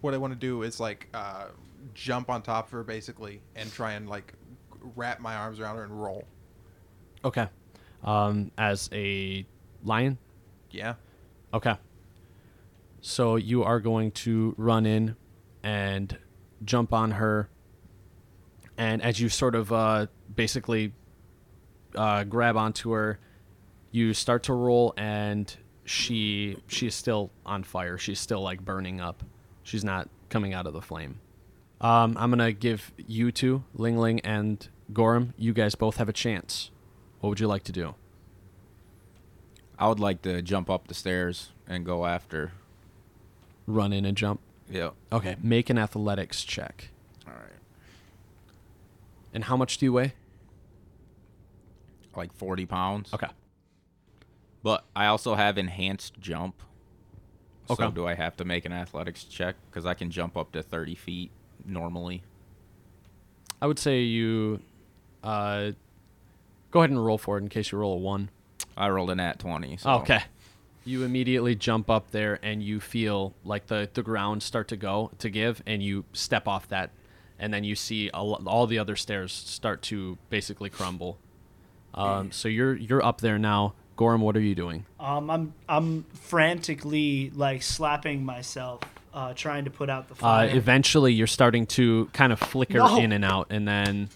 what I want to do is like uh, jump on top of her basically and try and like wrap my arms around her and roll. Okay. Um, as a lion? Yeah. Okay. So you are going to run in and jump on her. And as you sort of uh, basically uh, grab onto her, you start to roll, and she she is still on fire. She's still like burning up. She's not coming out of the flame. Um, I'm gonna give you two, Ling Ling and Gorham. You guys both have a chance. What would you like to do? I would like to jump up the stairs and go after. Run in and jump. Yeah. Okay, make an athletics check. All right. And how much do you weigh? Like 40 pounds. Okay. But I also have enhanced jump. So Okay. do I have to make an athletics check? Because I can jump up to 30 feet normally. I would say you uh, go ahead and roll for it in case you roll a one. I rolled an at 20. Oh, So You immediately jump up there and you feel like the, the ground start to go to give, and you step off that, and then you see a lo- all the other stairs start to basically crumble. Um, so you're you're up there now, Gorham. What are you doing? Um, I'm I'm frantically like slapping myself, uh, trying to put out the Uh, fire. eventually, you're starting to kind of flicker No. in and out, and then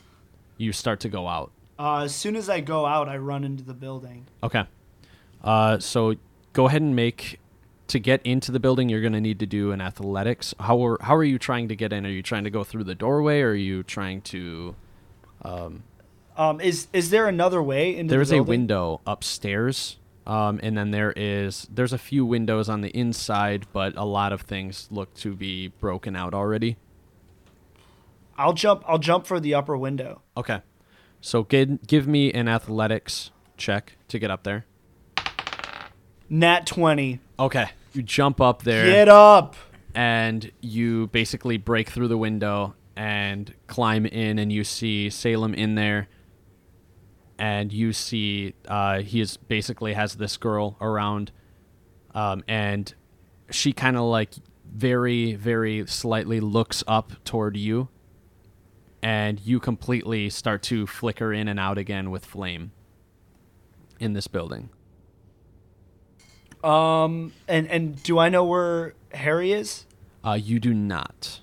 you start to go out. Uh, as soon as I go out, I run into the building. Okay. Uh, so go ahead and make to get into the building. You're going to need to do an athletics. How are how are you trying to get in? Are you trying to go through the doorway? Or are you trying to? Um, is is there another way into There the is a building? window upstairs, um, and then there is there's a few windows on the inside, but a lot of things look to be broken out already. I'll jump. I'll jump for the upper window. Okay. So give give me an athletics check to get up there. Nat twenty. Okay. You jump up there. Get up. and you basically break through the window and climb in and you see salem in there and you see uh, he is basically has this girl around um, and she kind of like very very slightly looks up toward you and you completely start to flicker in and out again with flame in this building Um, and and do I know where Harry is? Uh, you do not.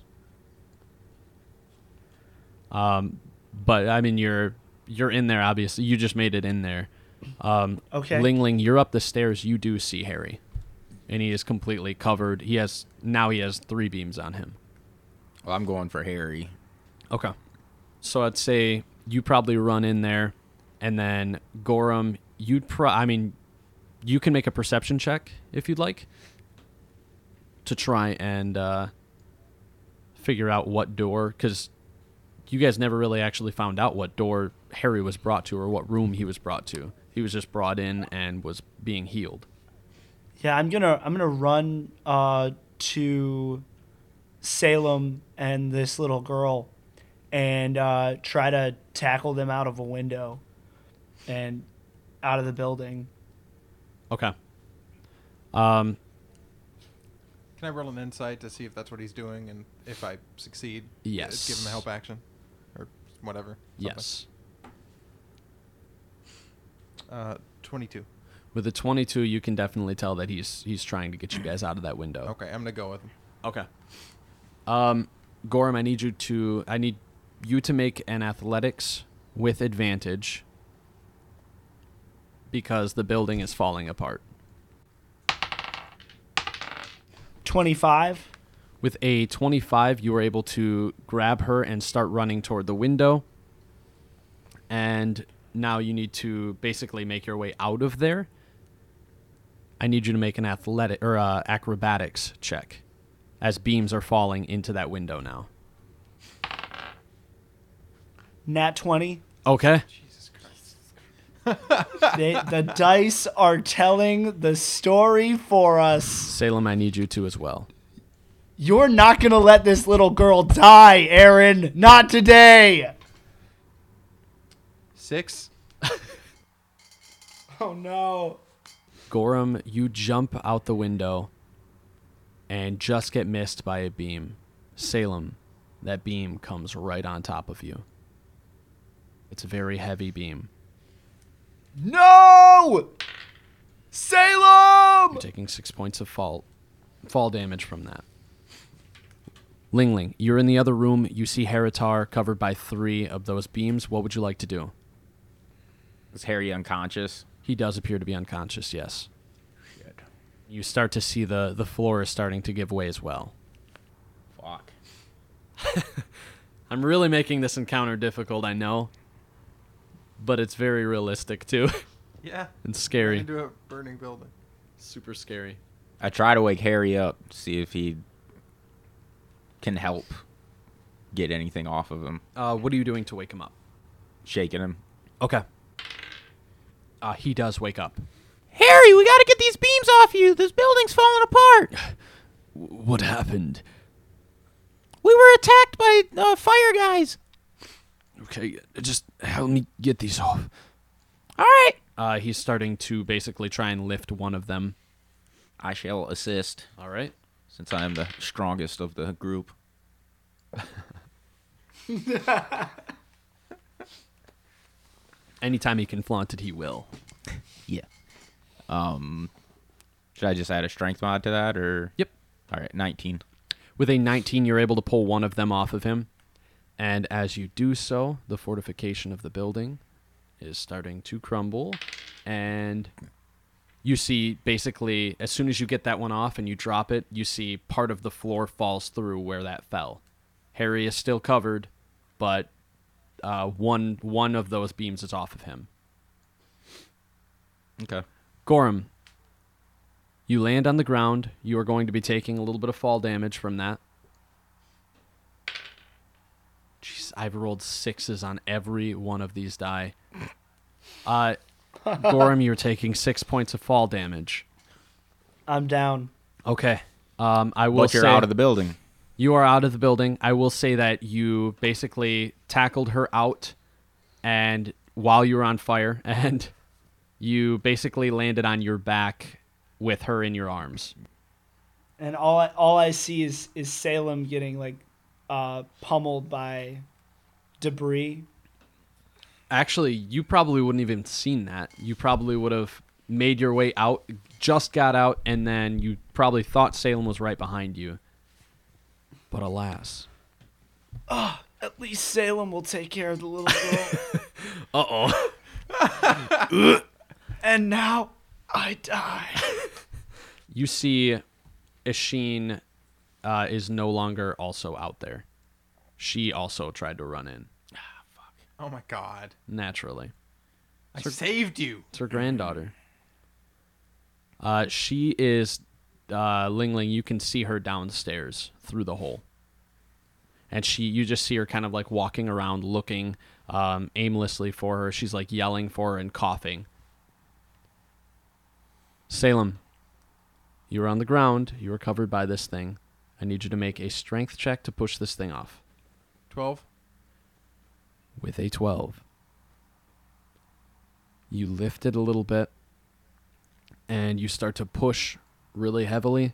Um, but I mean, you're you're in there. Obviously, you just made it in there. Um, Okay. Ling Ling, you're up the stairs. You do see Harry, and he is completely covered. He has now he has three beams on him. Well, I'm going for Harry. Okay. So I'd say you probably run in there, and then Gorham, you'd pro. I mean, you can make a perception check if you'd like to try and uh, figure out what door, because you guys never really actually found out what door Harry was brought to or what room he was brought to. He was just brought in and was being healed. Yeah, I'm gonna I'm gonna run uh to Salem and this little girl, and uh, try to tackle them out of a window, and out of the building. Okay. Can I roll an insight to see if that's what he's doing and if I succeed? uh, Yes. Give him a help action or whatever. something. Yes. Uh, 22. With a 22, you can definitely tell that he's he's trying to get you guys out of that window. Okay, I'm going to go with him. Okay. Um, Gorham, Um, I need you to I need you to make an athletics with advantage because the building is falling apart. Twenty five. With a 25, you were able to grab her and start running toward the window. And now you need to basically make your way out of there. I need you to make an athletic or uh, acrobatics check as beams are falling into that window now. Nat 20. Okay. They, the dice are telling the story for us. Salem, I need you to as well. You're not going to let this little girl die, Aaron. Not today. Six. Oh, no. Gorham, you jump out the window and just get missed by a beam. Salem, that beam comes right on top of you. It's a very heavy beam. No! Salem! You're taking six points of fall, fall damage from that. Ling Ling, you're in the other room. You see Heritar covered by three of those beams. What would you like to do? Is Harry unconscious? He does appear to be unconscious, yes. You start to see the, the floor is starting to give way as well. Fuck. I'm really making this encounter difficult, I know. But it's very realistic too. *laughs* Yeah. and scary. Into a burning building. Super scary. I try to wake Harry up, see if he can help get anything off of him. Uh, what are you doing to wake him up? Shaking him. Okay. Uh, he does wake up. Harry, we gotta get these beams off you. This building's falling apart. *sighs* What happened? We were attacked by uh, fire guys. Okay, just help me get these off. All right. Uh, he's starting to basically try and lift one of them. I shall assist All right. since I am the strongest of the group. Anytime he can flaunt it, he will. Yeah. Um, should I just add a strength mod to that or? Yep. All right, 19. With a 19, you're able to pull one of them off of him. And as you do so, the fortification of the building is starting to crumble. And you see basically, as soon as you get that one off and you drop it, you see part of the floor falls through where that fell. Harry is still covered, but uh, one, one of those beams is off of him. Okay. Gorham, you land on the ground. You are going to be taking a little bit of fall damage from that. Jeez, I've rolled sixes on every one of these die. Uh, *laughs* Gorham, you're taking six points of fall damage. I'm down. Okay. Um, I will But you're say out of the building. you are out of the building. I will say that you basically tackled her out and while you were on fire *laughs* and you basically landed on your back with her in your arms. And all I, all I see is, is Salem getting, like, uh, pummeled by debris. Actually, you probably wouldn't even seen that. You probably would have made your way out, just got out and then you probably thought Salem was right behind you. But alas. At least Salem will take care of the little *laughs* girl. Uh-oh. and now I die. You see Isheen uh, is no longer also out there. She also tried to run in. Oh my god. naturally. I saved you. It's her granddaughter. Uh, she is, uh, Ling Ling, you can see her downstairs through the hole. And she, you just see her kind of like walking around looking um, aimlessly for her. She's like yelling for her and coughing. Salem, you are on the ground. You are covered by this thing. I need you to make a strength check to push this thing off. 12. with a 12. You lift it a little bit and you start to push really heavily,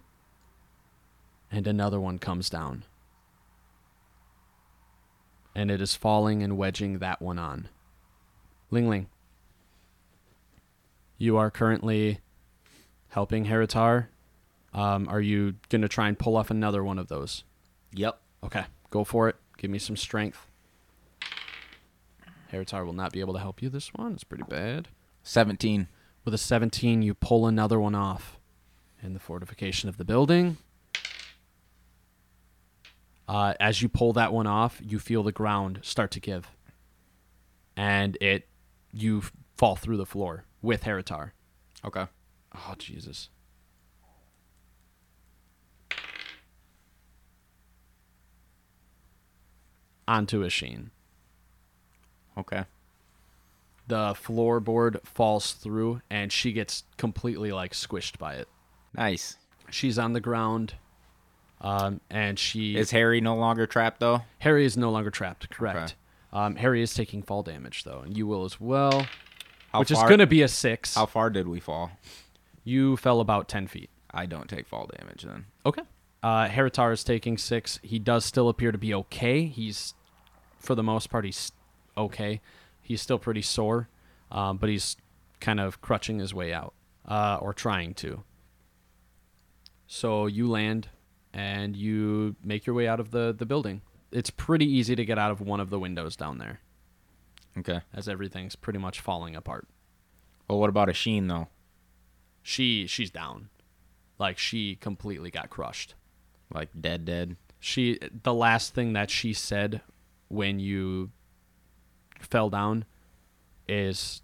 and another one comes down. And it is falling and wedging that one on. Ling Ling, you are currently helping Heritar. Um, are you going to try and pull off another one of those? Yep. Okay, go for it. Give me some strength. Heritar will not be able to help you this one. It's pretty bad. 17. With a 17, you pull another one off in the fortification of the building. Uh, as you pull that one off, you feel the ground start to give. And it, you f- fall through the floor with Heritar. Okay. Oh, Jesus. onto a sheen. Okay. The floorboard falls through and she gets completely like squished by it. Nice. She's on the ground. Um, and she Is Harry no longer trapped though? Harry is no longer trapped, correct. Um, Harry is taking fall damage though, and you will as well. How which far- is gonna be a six. How far did we fall? You fell about ten feet. I don't take fall damage then. Okay. Uh, Heritar is taking six. He does still appear to be okay. He's, for the most part, he's okay. He's still pretty sore, um, but he's kind of crutching his way out uh, or trying to. So you land and you make your way out of the, the building. It's pretty easy to get out of one of the windows down there Okay. as everything's pretty much falling apart. Well, what about a sheen though? She she's down. Like she completely got crushed. Like dead, dead. she the last thing that she said when you fell down is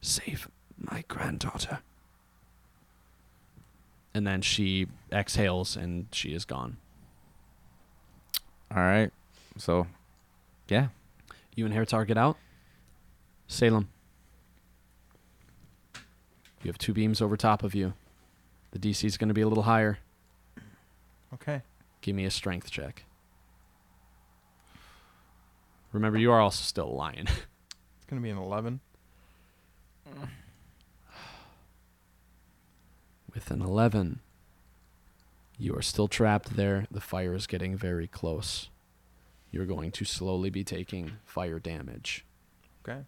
save my granddaughter and then she exhales and she is gone All right. So, yeah. you and Heritar get out salem you have two beams over top of you the dc is going to be a little higher Okay. Give me a strength check. Remember, you are also still a lion. *laughs* It's going to be an 11. With an 11, you are still trapped there. The fire is getting very close. You're going to slowly be taking fire damage. Okay.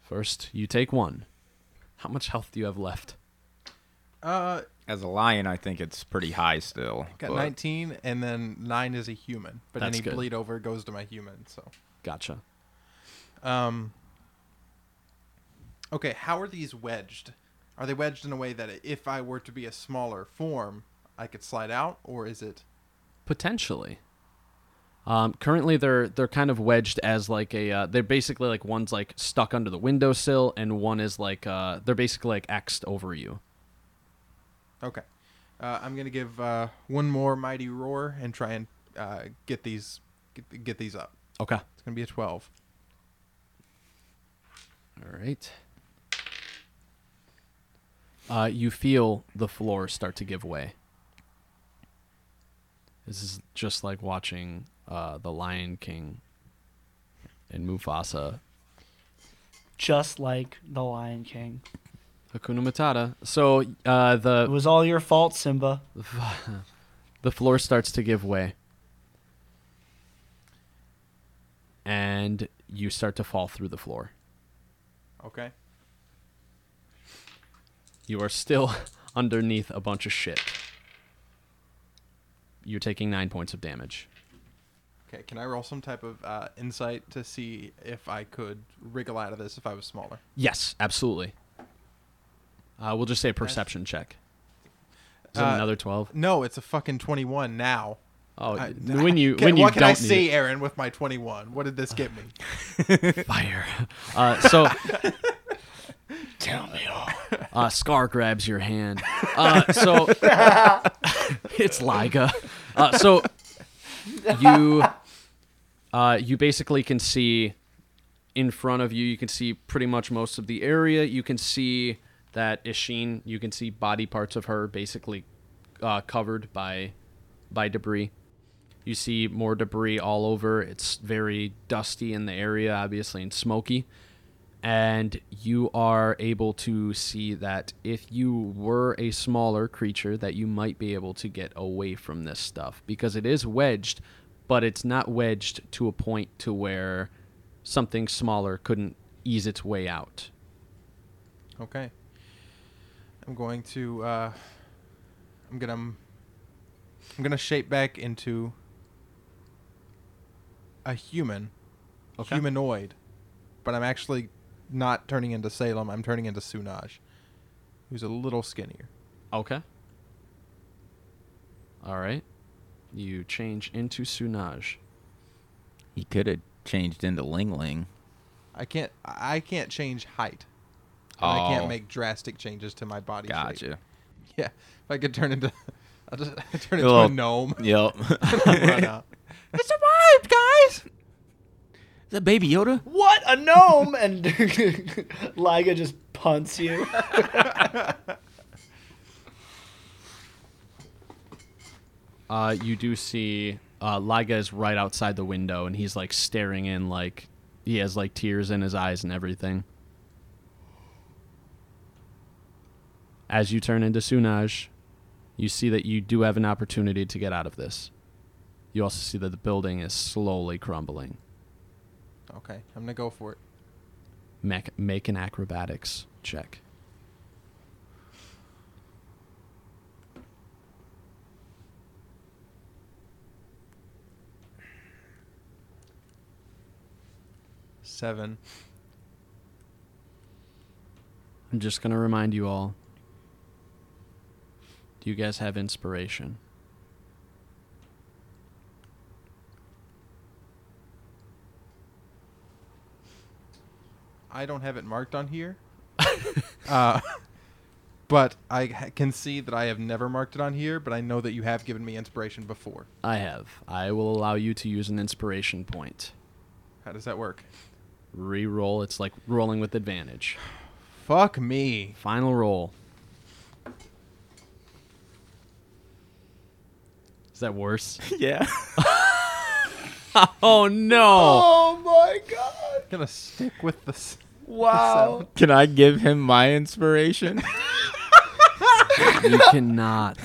First, you take one. How much health do you have left? Uh, As a lion, I think it's pretty high still. got but- 19, and then 9 is a human. But That's any good. bleed over goes to my human, so. Gotcha. Um. Okay, how are these wedged? Are they wedged in a way that if I were to be a smaller form, I could slide out, or is it? Potentially. Um, currently, they're they're kind of wedged as like a. Uh, they're basically like one's like stuck under the windowsill, and one is like uh, they're basically like axed over you. Okay, uh, I'm gonna give uh, one more mighty roar and try and uh, get these get, get these up. Okay. It's gonna be a 12. All right. Uh, you feel the floor start to give way. This is just like watching uh, The Lion King and Mufasa. Just like the Lion King. Hakuna Matata. So uh, It the was all your fault, Simba. the floor starts to give way, and you start to fall through the floor. Okay. You are still *laughs* underneath a bunch of shit. You're taking nine points of damage. Okay. Can I roll some type of uh, insight to see if I could wriggle out of this if I was smaller? Yes, absolutely. Uh, we'll just say a perception check. Is that Uh, another twelve? No, it's a fucking 21 now. Oh, I- when you Can- when you what can don't I need see, Aaron, with my 21? What did this get me? it. fire. Uh, so uh, Scar grabs your hand. Uh, so *laughs* it's Liga. Uh, so you uh, you basically can see in front of you. You can see pretty much most of the area. You can see that Ishin. You can see body parts of her basically uh, covered by by debris. You see more debris all over. It's very dusty in the area, obviously, and smoky and you are able to see that if you were a smaller creature that you might be able to get away from this stuff because it is wedged but it's not wedged to a point to where something smaller couldn't ease its way out Okay. I'm going to. Uh, I'm gonna. I'm gonna shape back into a human, Okay. humanoid, but I'm actually not turning into Salem. I'm turning into Sunaj, who's a little skinnier. okay all right you change into sunaj He could have changed into Ling Ling. I can't. I can't change height. And I Oh. can't make drastic changes to my body shape. Gotcha. *laughs* Yeah. If I could turn into, *laughs* I'll just turn into Little- *laughs* a gnome. Yep. Why not? It survived, guys. Is that Baby Yoda? What a gnome! And *laughs* Liga just punts you. Uh, you do see uh, Liga is right outside the window, and he's like staring in, like he has like tears in his eyes and everything. As you turn into Sunaj, you see that you do have an opportunity to get out of this. You also see that the building is slowly crumbling. Okay, I'm gonna go for it. Make, make an acrobatics check. Seven. I'm just going to remind you all do you guys have inspiration? I don't have it marked on *laughs* here. uh, *laughs* but I ha- can see that I have never marked it on here, but I know that you have given me inspiration before. I have. I will allow you to use an inspiration point. How does that work? Reroll. It's like rolling with advantage. Fuck me. Final roll. Is that worse? Yeah. Oh no! Oh my god! gonna stick with this. *laughs* Wow! Can I give him my *laughs* inspiration? You cannot.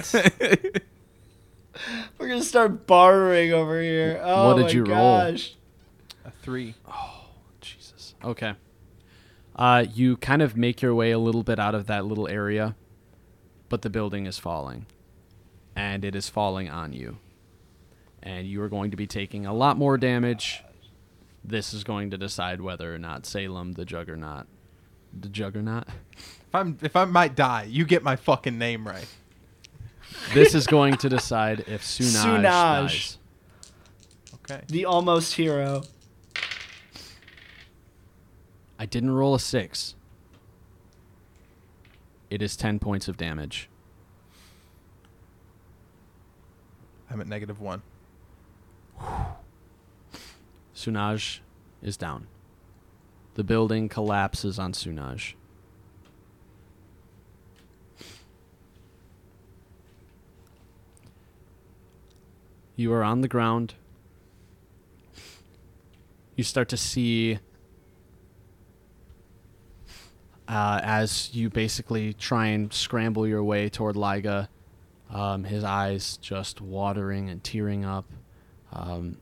We're gonna start bartering over here. Oh did my you roll? gosh. A three. Jesus. Okay. Uh, you kind of make your way a little bit out of that little area, but the building is falling. And it is falling on you. And you are going to be taking a lot more damage. This is going to decide whether or not Salem, the Juggernaut, the Juggernaut, If I'm if I might die, you get my fucking name right. this is going to decide if Sunaj, Sunaj. dies. Okay. The almost hero. I didn't roll a six. It is 10 points of damage. I'm at negative one. Sunaj is down. The building collapses on Sunaj. You are on the ground. You start to see uh, as you basically try and scramble your way toward Liga, um, his eyes just watering and tearing up. Um,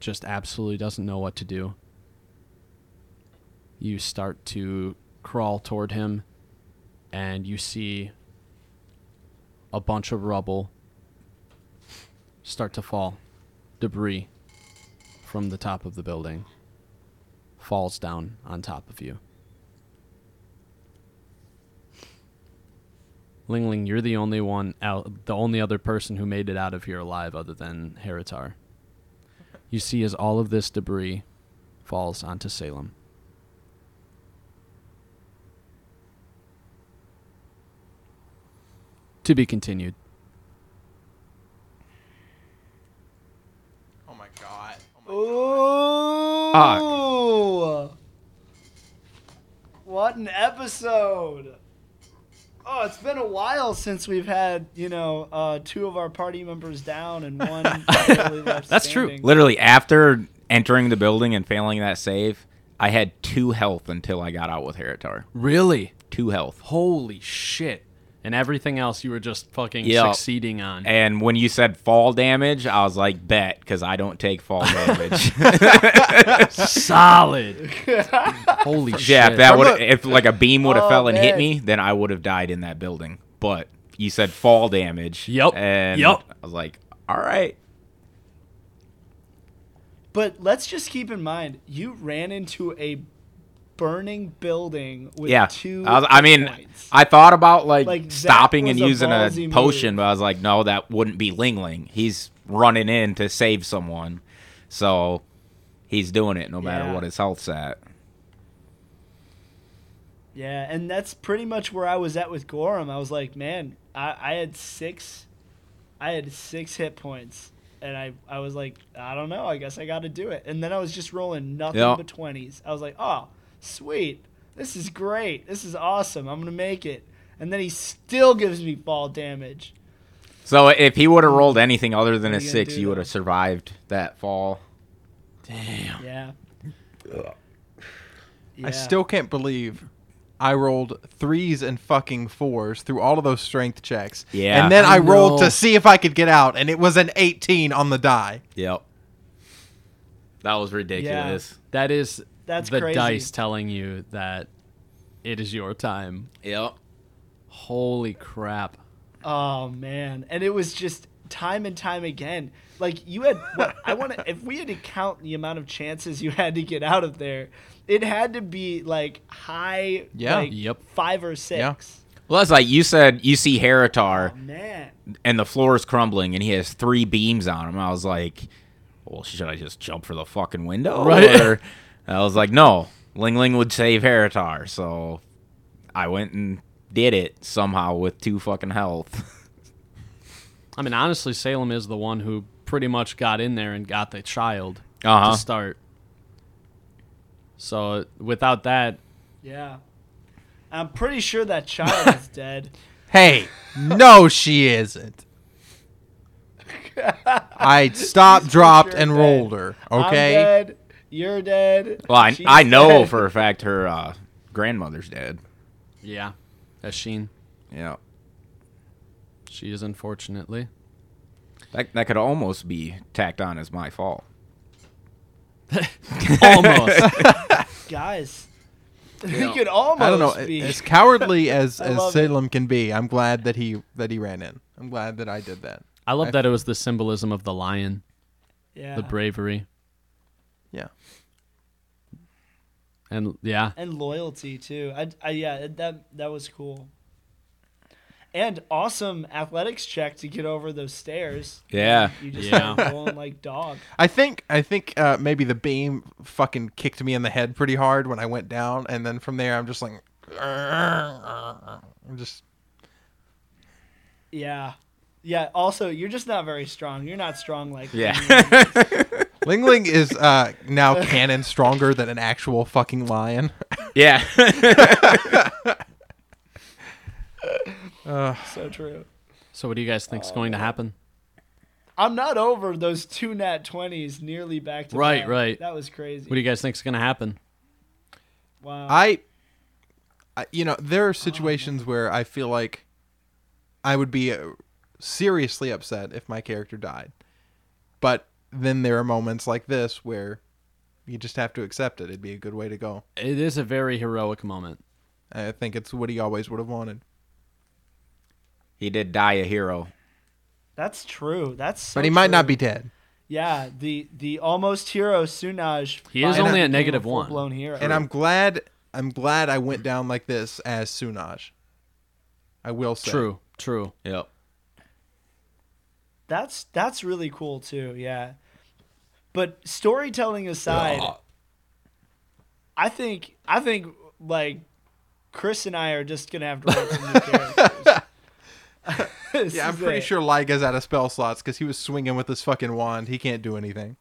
just absolutely doesn't know what to do. You start to crawl toward him, and you see a bunch of rubble start to fall. Debris from the top of the building falls down on top of you. Ling Ling, you're the only one out, the only other person who made it out of here alive other than Heritar you see as all of this debris falls onto Salem. To be continued. Oh my god. Ooh! What an episode! Oh, it's been a while since we've had, you know, uh, two of our party members down and one. *laughs* barely left That's true. standing. Literally, after entering the building and failing that save, I had two health until I got out with Heritar. Really? Two health. Holy shit. And everything else you were just fucking Yeah. succeeding on. And *laughs* when you said fall damage, I was like, bet, because I don't take fall damage. *laughs* Solid. Holy shit. *laughs* yeah, if that would if like a beam would have Oh, fell and hit man. me, then I would have died in that building. But you said fall damage. Yup. And Yup. I was like, all right. But let's just keep in mind, you ran into a burning building with yeah. two. I, was- I mean, points. I thought about like, Like, that stopping was and a using a ballsy potion, move. but I was like, no, that wouldn't be Ling Ling. He's running in to save someone, so he's doing it no matter Yeah. what his health's at. Yeah, and that's pretty much where I was at with Gorham. I was like, man, I, I had six, I had six hit points, and I, I was like, I don't know. I guess I got to do it. And then I was just rolling nothing Yeah. but 20s. I was like, oh, sweet. This is great. This is awesome. I'm going to make it. And then he still gives me fall damage. So if he would have rolled anything other than What are a you gonna six, do, you would though? have survived that fall. Yeah. I still can't believe I rolled threes and fucking fours through all of those strength checks. Yeah. And then I, I rolled know. to see if I could get out, and it was an 18 on the die. Yep. That was ridiculous. That is That's the crazy. dice telling you that it is your time. Yep. Holy crap. Oh man, and it was just time and time again. Like you had, what, I want to. If we had to count the amount of chances you had to get out of there, it had to be like high, Yeah. like, Yep. five or six. Well, that's like you said. You see Heritar, Oh man, and the floor is crumbling, and he has three beams on him. I was like, "Well, should I just jump for the fucking window?" Right. Or- I was like, "No, Ling Ling would save Heritar," so I went and did it somehow with two fucking health. I mean, honestly, Salem is the one who pretty much got in there and got the child Uh to start. So without that, yeah. I'm pretty sure that child is dead. Hey, *laughs* no, she isn't. *laughs* I stopped, dropped, sure and dead. rolled her. I'm Okay. dead. You're dead. Well, I, she's I know dead. for a fact her uh, grandmother's dead. yeah, that's Sheen. Yeah. She is *laughs* unfortunately. That, that could almost be tacked on as my fault. Almost. guys. *laughs* You could almost. I don't know. Be. *laughs* As cowardly as, I as love it. Salem can be, I'm glad that he that he ran in. I'm glad that I did that. I love that it was the symbolism of the lion, yeah. the bravery, Yeah. and yeah, and loyalty too. I, I yeah, that that was cool. And awesome athletics check to get over those stairs. Yeah. You just Yeah. yeah. rolling like dog. I think I think uh, maybe the beam fucking kicked me in the head pretty hard when I went down, and then from there I'm just like, I'm just Yeah. Yeah, also you're just not very strong. You're not strong like Yeah. Ling Ling is uh, now canon stronger than an actual fucking lion. *laughs* *laughs* yeah. so true. So what do you guys think's going to happen? I'm not over those two nat 20s nearly back to Right, back. right. That was crazy. What do you guys think's going to happen? wow. I, I, you know, there are situations where I feel like I would be uh, seriously upset if my character died, but then there are moments like this where you just have to accept it. It'd be a good way to go. It is a very heroic moment. I think it's what he always would have wanted. he did die a hero. That's true. That's so but he might not true. be dead. Yeah, the the almost hero Sunaj. He is finally only at became negative a one. full-blown hero. And I'm glad. I'm glad I went down like this as Sunaj. I will say. True, true. Yep. That's that's really cool too. Yeah. But storytelling aside, I think I think like Chris and I are just gonna have to write some new characters. *laughs* *laughs* This Yeah, I'm is pretty it. sure Liga's out of spell slots because he was swinging with his fucking wand. He can't do anything.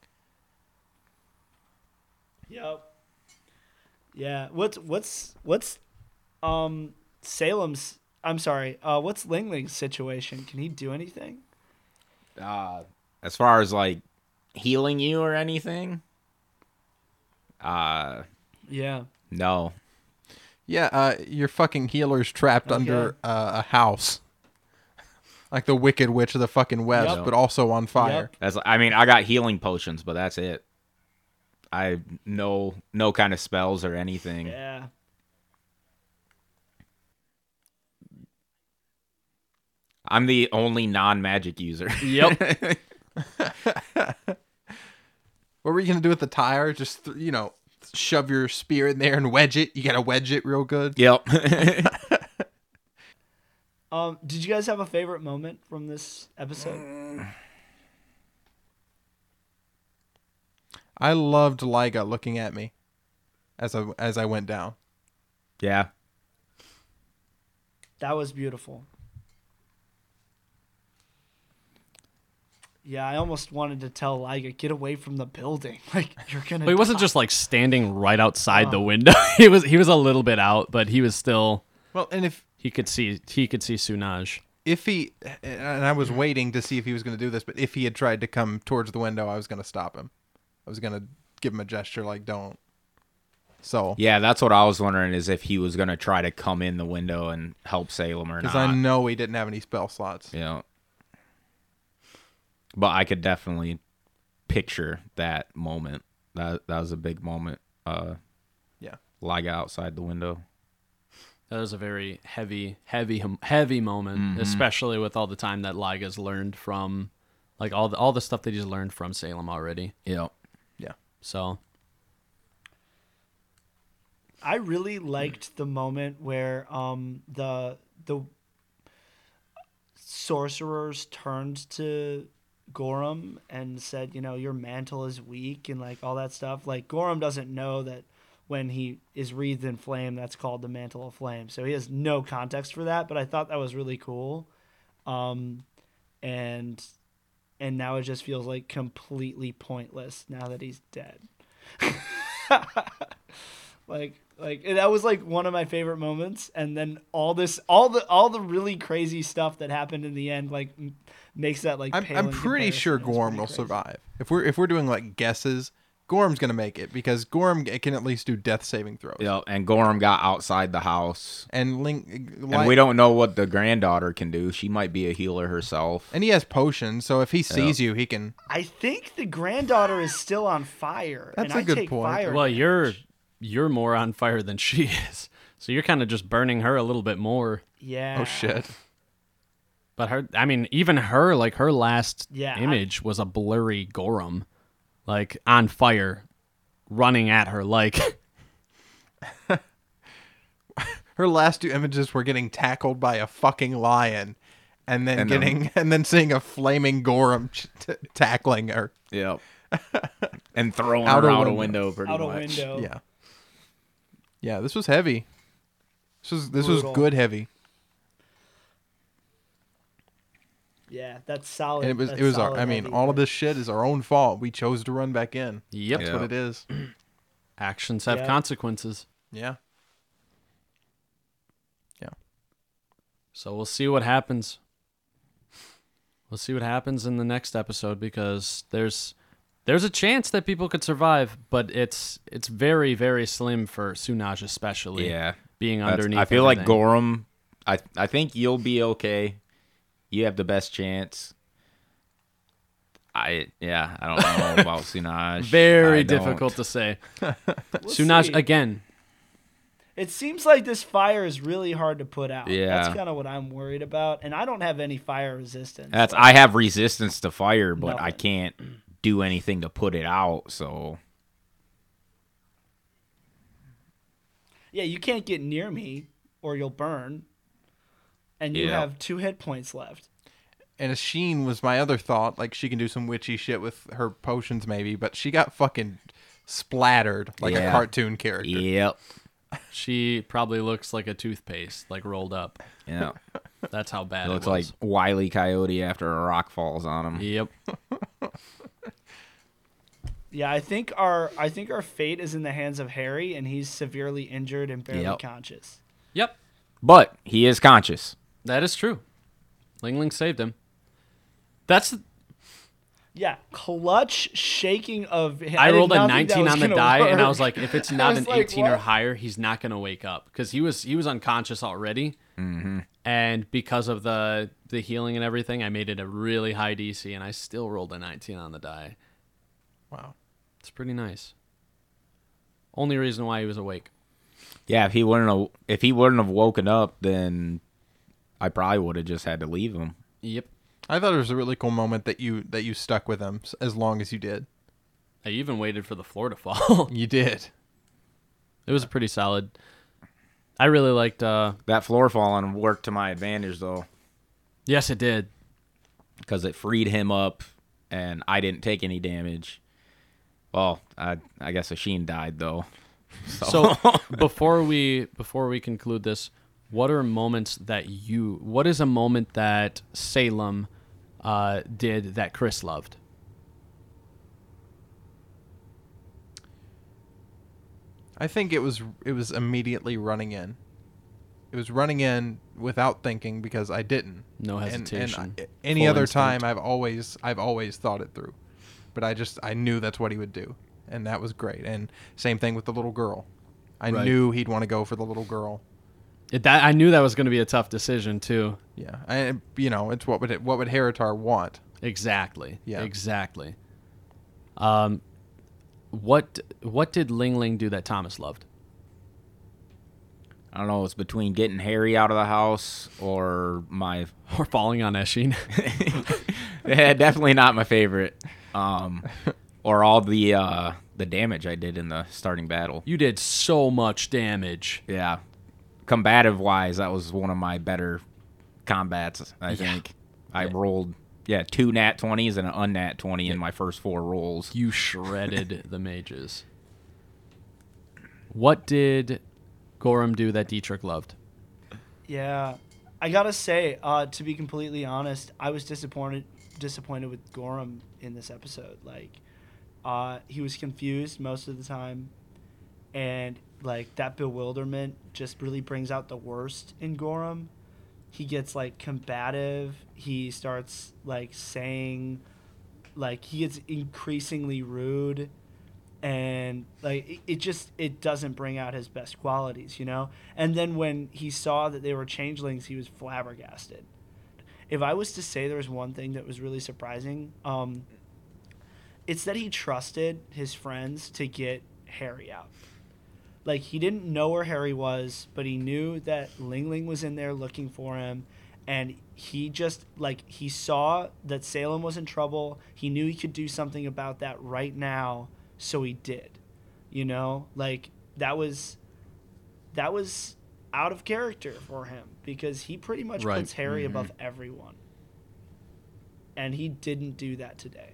Yep. Yeah. What's what's what's um Salem's? I'm sorry. Uh, what's Ling Ling's situation? Can he do anything? Uh, as far as like healing you or anything? Uh, Yeah. no. Yeah, uh, your fucking healer's trapped under Okay. uh, a house, *laughs* like the Wicked Witch of the fucking West, Yep. but also on fire. That's I mean, I got healing potions, but that's it. I no no kind of spells or anything. Yeah. I'm the only non-magic user. Yep. What were you gonna do with the tire? Just th- you know, shove your spear in there and wedge it. You gotta wedge it real good. *laughs* yep. Um, did you guys have a favorite moment from this episode? I loved Liga looking at me as I as I went down. yeah. That was beautiful. Yeah, I almost wanted to tell Liga, get away from the building. *laughs* Like you're gonna. But he wasn't just like standing right outside the window. *laughs* he was he was a little bit out, but he was still Well, and if he could see he could see Sunaj. if he and I was waiting to see if he was going to do this, but if he had tried to come towards the window, I was going to stop him. I was going to give him a gesture like "Don't." So Yeah, that's what I was wondering is if he was gonna try to come in the window and help Salem or not. because I know he didn't have any spell slots. Yeah. But I could definitely picture that moment. That that was a big moment. Uh Yeah. Liga outside the window. That was a very heavy, heavy, hum- heavy moment, especially with all the time that Liga's learned from, like all the all the stuff that he's learned from Salem already. Yeah. So I really liked the moment where um the the sorcerers turned to Gorham and said, you know, your mantle is weak and like all that stuff. Like Gorham doesn't know that when he is wreathed in flame, that's called the mantle of flame. So he has no context for that, but I thought that was really cool. Um and and now it just feels like completely pointless now that he's dead. *laughs* like like and that was like one of my favorite moments and then all this all the all the really crazy stuff that happened in the end like m- makes that like I'm, pale I'm in pretty comparison. sure It's pretty Gorm will crazy. survive. If we're if we're doing like guesses, Gorm's going to make it because Gorm g- can at least do death saving throws. Yeah. And Gorham got outside the house. And Link, And we don't know what the granddaughter can do. She might be a healer herself. And he has potions, so if he sees you, he can. i think the granddaughter is still on fire That's and a I good take point. fire well, damage. you're you're more on fire than she *laughs* is. So you're kind of just burning her a little bit more. yeah Oh shit! But her, I mean, even her, like her last Yeah, I- image was a blurry Gorham, like on fire, running at her. Like *laughs* Her last two images were getting tackled by a fucking lion, and then And, um, getting *laughs* and then seeing a flaming Gorm ch- t- tackling her. Yep. and throwing Out her a out a window. window pretty out a much. window Yeah, yeah. This was heavy. This was this Brutal. was good heavy, yeah that's solid and it was That's it was our. solid I mean, heavy. all of this shit is our own fault. We chose to run back in. Yep. That's what it is. actions have Yeah. consequences. Yeah. So we'll see what happens. We'll see what happens in the next episode because there's there's a chance that people could survive, but it's it's very very slim for Sunaj especially. Yeah. being That's- underneath. I feel like everything. Gorham. I I think you'll be okay. You have the best chance. I yeah. I don't *laughs* know about Sunaj. very I don't- difficult to *laughs* say. We'll Sunaj see. again. It seems like this fire is really hard to put out. Yeah. That's kind of what I'm worried about. And I don't have any fire resistance. That's I have resistance to fire, but I Nothing. can't do anything to put it out. So yeah, you can't get near me or you'll burn. And you Yeah. have two hit points left. And Sheen was my other thought. Like she can do some witchy shit with her potions, maybe, but she got fucking splattered like a Yeah. cartoon character. yep. She probably looks like a toothpaste, like rolled up. Yeah. That's how bad It it, looks like was. Wiley Coyote after a rock falls on him. Yep. Yeah, I think our I think our fate is in the hands of Harry and he's severely injured and barely Yep. conscious. Yep. But he is conscious. That is true. Ling Ling saved him. That's Yeah, clutch shaking of I, did rolled a not think that 19 was on the gonna die, and I work. was like, if it's *laughs* I not was an like, 18 or what? higher, he's not gonna wake up because he was he was unconscious already, and because of the the healing and everything, I made it a really high DC, and I still rolled a 19 on the die. Wow. It's pretty nice. Only reason why he was awake. Yeah. If he wouldn't have, if he wouldn't have woken up, then I probably would have just had to leave him. Yep. I thought it was a really cool moment that you that you stuck with him s- as long as you did. I even waited for the floor to *laughs* fall. You did. it was pretty solid. I really liked. uh That floor falling worked to my advantage though, Yes, it did. because it freed him up, and I didn't take any damage. Well, I I guess Ashin died though. So before we before we conclude this, what are moments that you what is a moment that Salem uh, did that Chris loved. I think it was it was immediately running in. It was running in without thinking because I didn't. No And- and I- hesitation. any Full other instinct. time, I've always I've always thought it through, but I just I knew that's what he would do, and that was great. And same thing with the little girl. I Right. knew he'd want to go for the little girl. It, that I knew that was going to be a tough decision too. Yeah, and you know it's what would it, what would Heritar want? Exactly. Yeah. Exactly. Um, what what did Ling Ling do that Thomas loved? *laughs* I don't know. It's between getting Harry out of the house or my. *laughs* Or falling on Eshin? yeah, definitely not my favorite. Um, or all the uh, the damage I did in the starting battle. *laughs* you did so much damage. Yeah, combative wise, that was one of my better combats. I think I rolled yeah two nat twenties and an unnat twenty in my first four rolls. You shredded the mages. What did Gorham do that Dietrich loved? Yeah, I gotta say, uh, to be completely honest, I was disappointed disappointed with Gorham in this episode. Like, uh, he was confused most of the time, and like that bewilderment just really brings out the worst in Gorham. He gets like combative. He starts like saying, like he gets increasingly rude and like it, it just it doesn't bring out his best qualities you know and then when he saw that they were changelings he was flabbergasted if i was to say there was one thing that was really surprising um it's that he trusted his friends to get harry out like he didn't know where harry was but he knew that ling ling was in there looking for him and he just like he saw that salem was in trouble he knew he could do something about that right now so he did you know like that was that was out of character for him because he pretty much Right. puts harry above everyone and he didn't do that today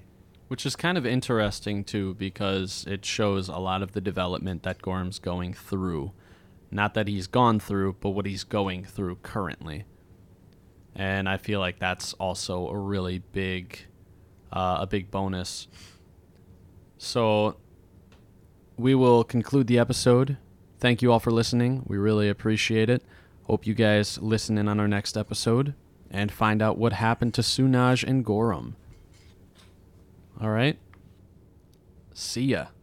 Which is kind of interesting too, because it shows a lot of the development that Gorham's going through. Not that he's gone through, but what he's going through currently. And I feel like that's also a really big, uh, a big bonus. So we will conclude the episode. Thank you all for listening. We really appreciate it. Hope you guys listen in on our next episode and find out what happened to Sunaj and Gorham. All right. See ya.